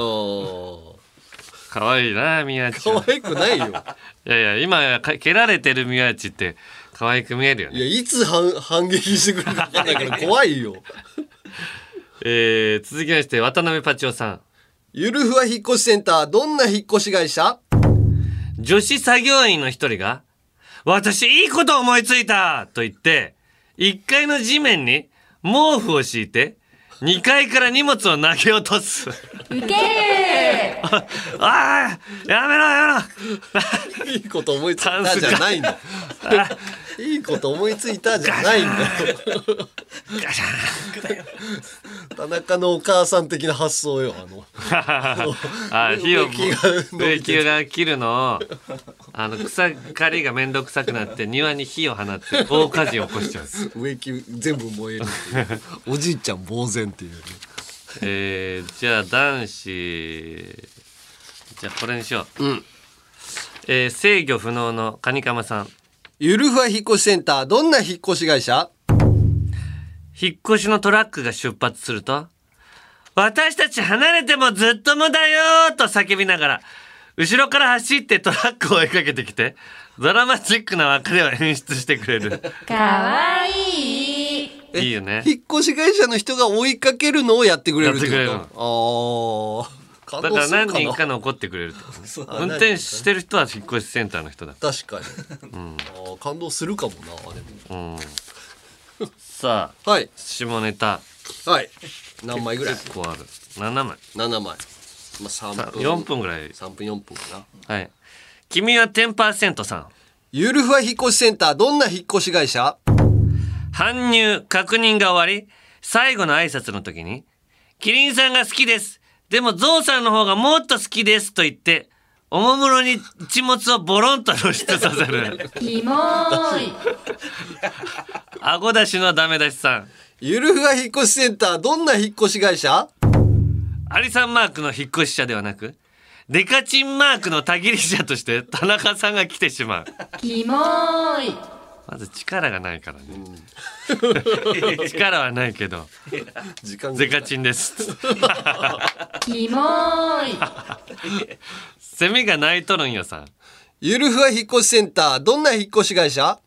[SPEAKER 1] 可愛いな宮地
[SPEAKER 2] 可
[SPEAKER 1] は
[SPEAKER 2] 愛くないよ
[SPEAKER 1] いやいや今やか蹴られてる宮地って可愛く見えるよ
[SPEAKER 2] い
[SPEAKER 1] ね、
[SPEAKER 2] やいつ反反撃してくるか分かんないから怖い [laughs] よ
[SPEAKER 1] えー続きまして渡辺パチオさん
[SPEAKER 2] ゆるふわ引っ越しセンターどんな引っ越し会社
[SPEAKER 1] 女子作業員の一人が「私いいこと思いついた!」と言って1階の地面に毛布を敷いて2階から荷物を投げ落とす。 [laughs] ああやめろや
[SPEAKER 2] [laughs] いいこと思いつい
[SPEAKER 1] タ
[SPEAKER 2] た
[SPEAKER 1] ンス
[SPEAKER 2] じ
[SPEAKER 1] が
[SPEAKER 2] ゃないんだ
[SPEAKER 1] めろあ
[SPEAKER 2] [laughs] いいこと思いついたじゃないんだよ
[SPEAKER 1] ガシャ
[SPEAKER 2] 田中のお母さん的な発想よあの
[SPEAKER 1] [laughs]
[SPEAKER 2] [laughs]
[SPEAKER 1] ンあ火を
[SPEAKER 2] 植木が
[SPEAKER 1] 植木が切るのをあの草刈りが面倒くさくなって庭に火を放って大火事を起こし
[SPEAKER 2] [laughs]
[SPEAKER 1] ちゃう、
[SPEAKER 2] 植木全部燃えるっていうおじいちゃん呆然っていうね
[SPEAKER 1] えー、じゃあ男子じゃあこれにしよう、
[SPEAKER 2] ん
[SPEAKER 1] えー制御不能のカニカマさん
[SPEAKER 2] ゆるふわ引っ越しセンターどんな引っ越し会社
[SPEAKER 1] 引っ越しのトラックが出発すると、私たち離れてもずっと無駄よーと叫びながら、後ろから走ってトラックを追いかけてきて、ドラマチックな別れを演出してくれ
[SPEAKER 2] [laughs]
[SPEAKER 1] る。
[SPEAKER 2] え
[SPEAKER 1] いいよね。
[SPEAKER 2] 引っ越し会社の人が追いかけるのをやってくれるってこと
[SPEAKER 1] やってく
[SPEAKER 2] ああ
[SPEAKER 1] だから何人かの怒ってくれるってことね
[SPEAKER 2] う
[SPEAKER 1] 運転してる人は引っ越しセンターの人だ。
[SPEAKER 2] 確かに、あー感動するかもなあれも
[SPEAKER 1] うん。さあ、
[SPEAKER 2] はい
[SPEAKER 1] 下ネタ、
[SPEAKER 2] はい何枚ぐらい
[SPEAKER 1] 結構ある。7枚。
[SPEAKER 2] 7枚、まあ、3分
[SPEAKER 1] 4分ぐらい。
[SPEAKER 2] 3分4分かな
[SPEAKER 1] はい。君は10%さん。
[SPEAKER 2] ゆるふわ引っ越しセンターどんな引っ越し会社
[SPEAKER 1] 搬入、確認が終わり、最後の挨拶の時に、キリンさんが好きです。でもゾウさんの方がもっと好きですと言って、おもむろに一物をボロンと露出させる。 [laughs] キモい。 [laughs] 顎出しのダメ出しさん。
[SPEAKER 2] ゆるふわ引っ越しセンターどんな引っ越し会社
[SPEAKER 1] アリさんマークの引っ越し者ではなくデカチンマークのたぎり者として田中さんが来てしまう
[SPEAKER 3] キモーい
[SPEAKER 1] まず力がないからね、力はないけど
[SPEAKER 2] 時間
[SPEAKER 1] デカチンです
[SPEAKER 3] キモーい
[SPEAKER 1] セミが鳴いとるんよさん
[SPEAKER 2] ゆるふわ引っ越しセンターどんな引っ越し会社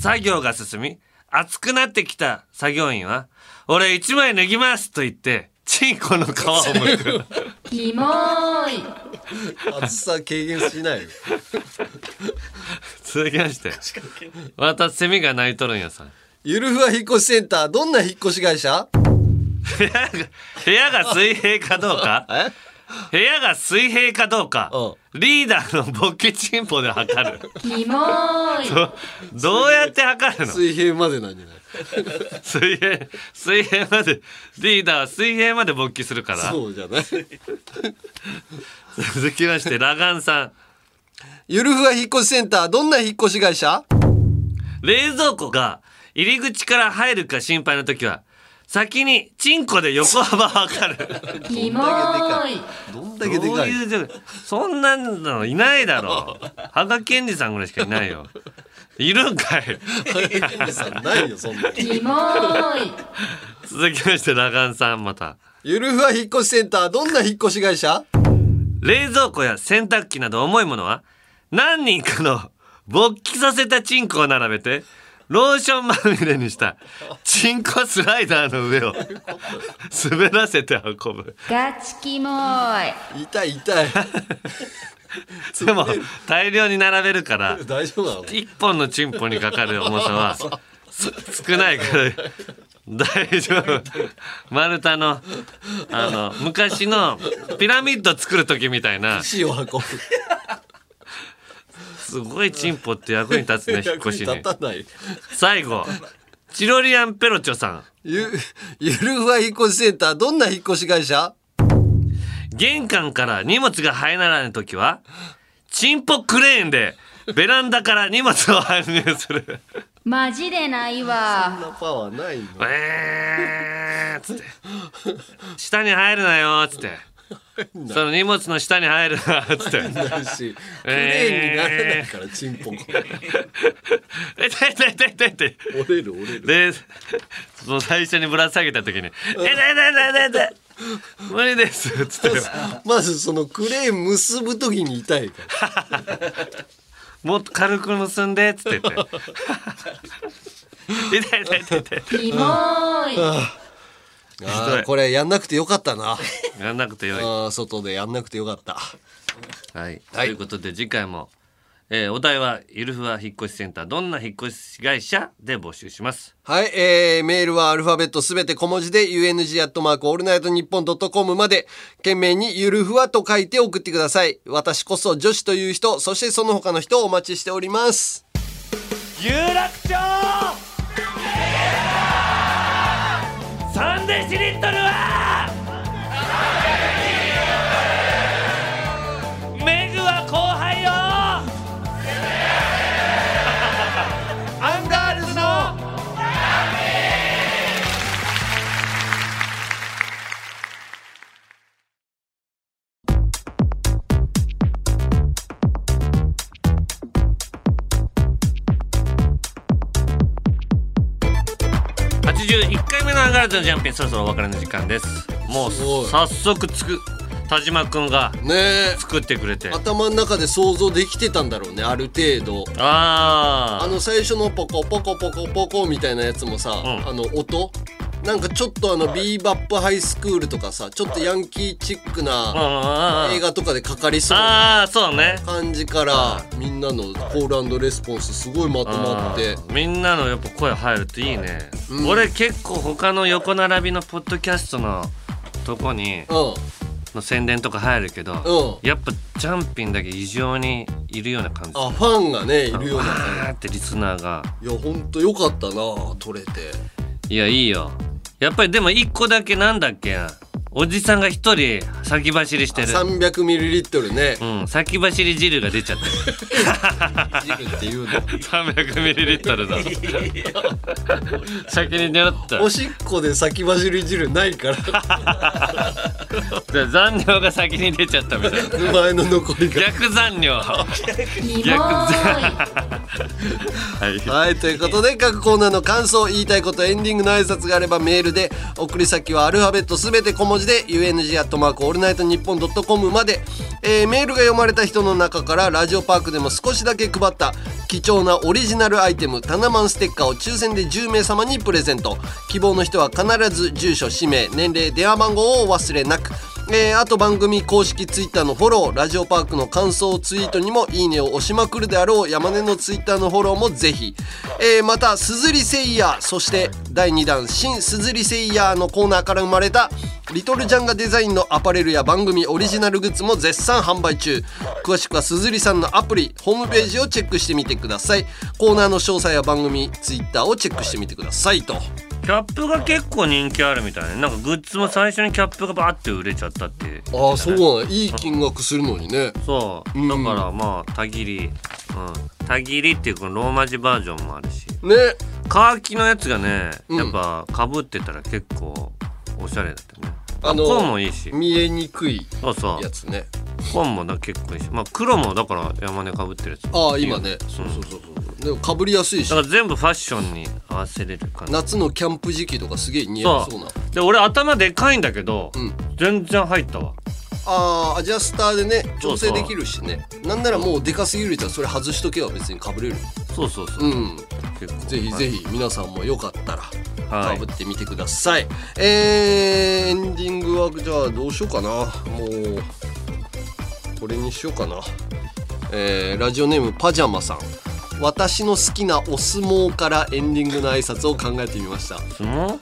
[SPEAKER 1] 作業が進み熱くなってきた作業員は「俺一枚脱ぎます」と言ってチンコの皮を剥く
[SPEAKER 3] キモーい
[SPEAKER 2] 暑さ軽減しないよ
[SPEAKER 1] 続きましてまたセミが鳴いとるんよさん
[SPEAKER 2] ゆるふわ引っ越しセンターどんな引っ越し会社
[SPEAKER 1] 部屋が部屋が水平かどうか
[SPEAKER 2] え
[SPEAKER 1] 部屋が水平かどうかリーダーのボケチンポで測る
[SPEAKER 3] キモーい
[SPEAKER 1] どどうやって測るの
[SPEAKER 2] 水平までなんじゃない
[SPEAKER 1] 水平水平までリーダーは水平まで勃起するから
[SPEAKER 2] そうじゃない
[SPEAKER 1] 続きましてラガンさん
[SPEAKER 2] ゆるふわ引っ越しセンターどんな引っ越し会社
[SPEAKER 1] 冷蔵庫が入り口から入るか心配な時は先にチンコで横幅測る
[SPEAKER 3] キモーい
[SPEAKER 2] どんだ
[SPEAKER 1] どう
[SPEAKER 2] けでかい
[SPEAKER 1] いう状況そんなのいないだろう羽賀健二さんぐらいしかいないよいるんかい
[SPEAKER 2] さないよそんな
[SPEAKER 3] キモーい
[SPEAKER 1] 続きましてラガンさんまた
[SPEAKER 2] ゆるふわ引っ越しセンターどんな引っ越し会社
[SPEAKER 1] 冷蔵庫や洗濯機など重いものは何人かの勃起させたチンコを並べてローションまみれにしたチンコスライダーの上を滑らせて運ぶ
[SPEAKER 3] ガチキモーい
[SPEAKER 2] 痛い痛い
[SPEAKER 1] でも大量に並べるから
[SPEAKER 2] 大丈夫なの
[SPEAKER 1] 一本のチンポにかかる重さはす少ないから大丈夫丸太のあの昔のピラミッド作る時みたいな
[SPEAKER 2] 死を運ぶ
[SPEAKER 1] すごいチンポって役に立つね引っ越し
[SPEAKER 2] 役
[SPEAKER 1] に
[SPEAKER 2] に立たない
[SPEAKER 1] 最後チロリアンペロチョさん
[SPEAKER 2] ゆゆるふわ引っ越しセンターどんな引っ越し会社
[SPEAKER 1] 玄関から荷物が入らない時はチンポクレーンでベランダから荷物を搬入する
[SPEAKER 3] マジでないわ
[SPEAKER 2] そんなパワーないの
[SPEAKER 1] えーっつって下に入るなよっつってその荷物の下に入るなっつって
[SPEAKER 2] ないしクレーンにならないからチンポが
[SPEAKER 1] 「え痛い痛い痛い痛い」って
[SPEAKER 2] 折れる折れる
[SPEAKER 1] でその最初にぶら下げた時に「え痛い痛い痛い痛い痛い無理です」っつって
[SPEAKER 2] まずそのクレーン結ぶ時に痛いから
[SPEAKER 1] 「もっと軽く結んで」っつって言って「 [laughs] 痛い痛い痛い痛い」
[SPEAKER 3] キモーい
[SPEAKER 2] あーこれやんなくてよかったな
[SPEAKER 1] やんなくてよい。
[SPEAKER 2] あー外でやんなくてよかった
[SPEAKER 1] はい、と
[SPEAKER 2] はい
[SPEAKER 1] いうことで次回も、えーお題は「ゆるふわ引っ越しセンターどんな引っ越し会社?」で募集します。
[SPEAKER 2] はい、えー、メールはアルファベットすべて小文字で UNG アットマークオールナイトニッポンドットコムまで懸命にゆるふわと書いて送ってください私こそ女子という人そしてその他の人をお待ちしております
[SPEAKER 12] 有楽町3デシリットルはメグは後輩よアンガールズの
[SPEAKER 1] 81回目のアンガールズのジャンピンそろそろお別れの時間です。もう
[SPEAKER 2] すごい
[SPEAKER 1] 早速つく田島くんが
[SPEAKER 2] ねえ
[SPEAKER 1] 作ってくれて。
[SPEAKER 2] 頭の中で想像できてたんだろうねある程度あ
[SPEAKER 1] あ
[SPEAKER 2] の最初のポコポコポコポコみたいなやつもさ、
[SPEAKER 1] ん
[SPEAKER 2] あの音なんかちょっとあの、ビーバップハイスクールとかさちょっとヤンキーチッ
[SPEAKER 1] あ。う
[SPEAKER 2] ク
[SPEAKER 1] ん
[SPEAKER 2] な
[SPEAKER 1] うんうんう
[SPEAKER 2] 映
[SPEAKER 1] ん
[SPEAKER 2] 画とかでかかりそうな
[SPEAKER 1] ああそうね。
[SPEAKER 2] 感じからみんなのコールレスポンスすごいまとまって
[SPEAKER 1] あーみんなのやっぱ声入るといいね、
[SPEAKER 2] うん
[SPEAKER 1] 俺結構他の横並びのポッドキャストのとこに
[SPEAKER 2] う
[SPEAKER 1] の宣伝とか入るけど、
[SPEAKER 2] んうん
[SPEAKER 1] やっぱジャンピンだけ異常にいるような感じ
[SPEAKER 2] あファンがねいるよう
[SPEAKER 1] わ
[SPEAKER 2] な感
[SPEAKER 1] ーってリスナーが
[SPEAKER 2] じいやほんとよかったな撮れて
[SPEAKER 1] いやいいよやっぱりでも一個だけなんだっけなおじさんが一人先走りしてる
[SPEAKER 2] 300ミリリットル [laughs] ね
[SPEAKER 1] うん先走り汁が出ちゃ [laughs] ってる
[SPEAKER 2] 汁っていうの
[SPEAKER 1] 300ミリリットルだ [laughs] 先に狙った
[SPEAKER 2] おしっこで先走り汁ないから [laughs]
[SPEAKER 1] で残量が先に出ちゃったみたいな
[SPEAKER 2] 前の残りが
[SPEAKER 1] 逆残量
[SPEAKER 3] キ
[SPEAKER 1] 逆
[SPEAKER 3] モい
[SPEAKER 1] はい
[SPEAKER 2] はいということで各コーナーの感想言いたいことエンディングの挨拶があればメールで送り先はアルファベットすべて小文字で UNG アットマークオールナイトニッポンドットコムまで、えーメールが読まれた人の中からラジオパークでも少しだけ配った貴重なオリジナルアイテムタナマンステッカーを抽選で10名様にプレゼント希望の人は必ず住所氏名年齢電話番号をお忘れなくえーあと番組公式ツイッターのフォローラジオパークの感想ツイートにも「いいね」を押しまくるであろう山根のツイッターのフォローもぜひ、えーまた鈴木誠也そして第2弾「新鈴木誠也」のコーナーから生まれたリトルジャンがデザインのアパレルや番組オリジナルグッズも絶賛販売中詳しくは鈴木さんのアプリホームページをチェックしてみてくださいコーナーの詳細や番組ツイッターをチェックしてみてくださいと
[SPEAKER 1] キャップが結構人気あるみたいねなんかグッズも最初にキャップがバーって売れちゃったって
[SPEAKER 2] ああそうなんいい金額するのにね
[SPEAKER 1] そう
[SPEAKER 2] うん
[SPEAKER 1] だからまあ「たぎり」うん「たぎり」っていうこのローマ字バージョンもあるし
[SPEAKER 2] ね
[SPEAKER 1] カーキのやつがね
[SPEAKER 2] うん
[SPEAKER 1] やっぱかぶってたら結構おしゃれだったね
[SPEAKER 2] あの
[SPEAKER 1] 紺もいいし
[SPEAKER 2] 見えにくい
[SPEAKER 1] そうそ
[SPEAKER 2] や
[SPEAKER 1] う
[SPEAKER 2] つね
[SPEAKER 1] 紺もな結構いいしまあ黒もだから山根かぶってるやつ
[SPEAKER 2] ああ今
[SPEAKER 1] いい
[SPEAKER 2] ね
[SPEAKER 1] よ
[SPEAKER 2] そうそうそうそうでもかぶりやすいし
[SPEAKER 1] だから全部ファッションに合わせれる感じ
[SPEAKER 2] 夏のキャンプ時期とかすげえ似合いそうな
[SPEAKER 1] で俺頭でかいんだけど、
[SPEAKER 2] うん
[SPEAKER 1] 全然入ったわ
[SPEAKER 2] あーアジャスターでね
[SPEAKER 1] そ
[SPEAKER 2] 調
[SPEAKER 1] うそう
[SPEAKER 2] 整できるしねなんならもうでかすぎる人はそれ外しとけば別にかぶれる
[SPEAKER 1] そうそうそう、
[SPEAKER 2] うん
[SPEAKER 1] 結構
[SPEAKER 2] ぜひぜひ皆さんもよかったら
[SPEAKER 1] は
[SPEAKER 2] か
[SPEAKER 1] い
[SPEAKER 2] ぶってみてください、えーエンディングはじゃあどうしようかなもうこれにしようかな、えーラジオネームパジャマさん私の好きなお相撲からエンディングの挨拶を考えてみました
[SPEAKER 1] 相撲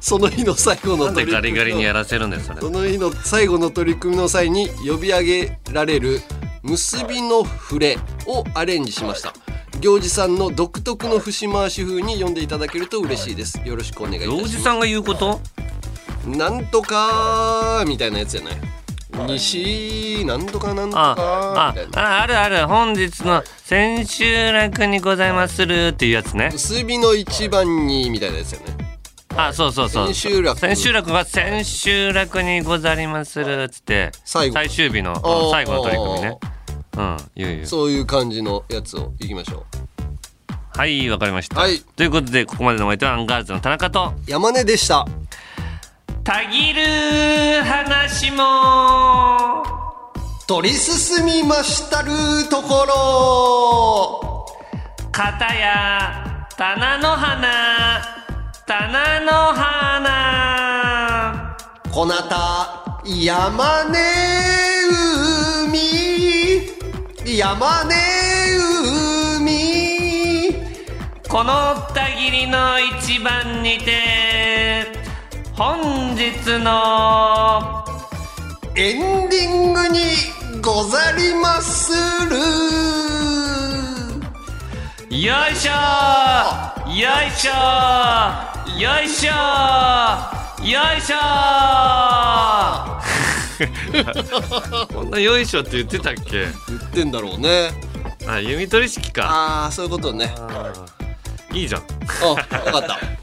[SPEAKER 2] その日の最後の
[SPEAKER 1] なん
[SPEAKER 2] 取
[SPEAKER 1] で
[SPEAKER 2] り
[SPEAKER 1] ガリ
[SPEAKER 2] 組み
[SPEAKER 1] ガリにやらせるんですそれ
[SPEAKER 2] その日の最後の取り組みの際に呼び上げられる結びの触れをアレンジしました行司さんの独特の節回し風に読んでいただけると嬉しいですよろしくお願いいたし
[SPEAKER 1] 行
[SPEAKER 2] ます
[SPEAKER 1] 司さんが言うこと
[SPEAKER 2] なんとかーみたいなやつじゃない西なんとかなんとか
[SPEAKER 1] あ
[SPEAKER 2] ーみたい
[SPEAKER 1] あ
[SPEAKER 2] な
[SPEAKER 1] ああるある本日の千秋楽にございまするっていうやつね
[SPEAKER 2] 結びの一番にみたいなやつよね
[SPEAKER 1] あそうそうそう
[SPEAKER 2] 千秋楽
[SPEAKER 1] 千秋楽が千秋楽にござりまするっつって
[SPEAKER 2] 最後
[SPEAKER 1] 最終日の
[SPEAKER 2] ー
[SPEAKER 1] 最後の取り組みねうん言う言う
[SPEAKER 2] そういう感じのやつをいきましょ
[SPEAKER 1] はいわかりました、
[SPEAKER 2] はい
[SPEAKER 1] ということでここまでのお相手はアンガールズの田中と
[SPEAKER 2] う山根でした
[SPEAKER 1] たぎる話も
[SPEAKER 2] 取り進みましたるところ
[SPEAKER 1] 片や棚の花棚の花
[SPEAKER 2] こなた山根海山根海
[SPEAKER 1] このたぎりの一番にて本日の
[SPEAKER 2] エンディングにござりまする
[SPEAKER 1] よいしょーよいしょーよいしょーよいしょー [laughs] こんなよいしょって言ってたっけ
[SPEAKER 2] 言ってんだろうね
[SPEAKER 1] あ、弓取り式か
[SPEAKER 2] ああそういうことね
[SPEAKER 1] いいじゃん
[SPEAKER 2] あよかった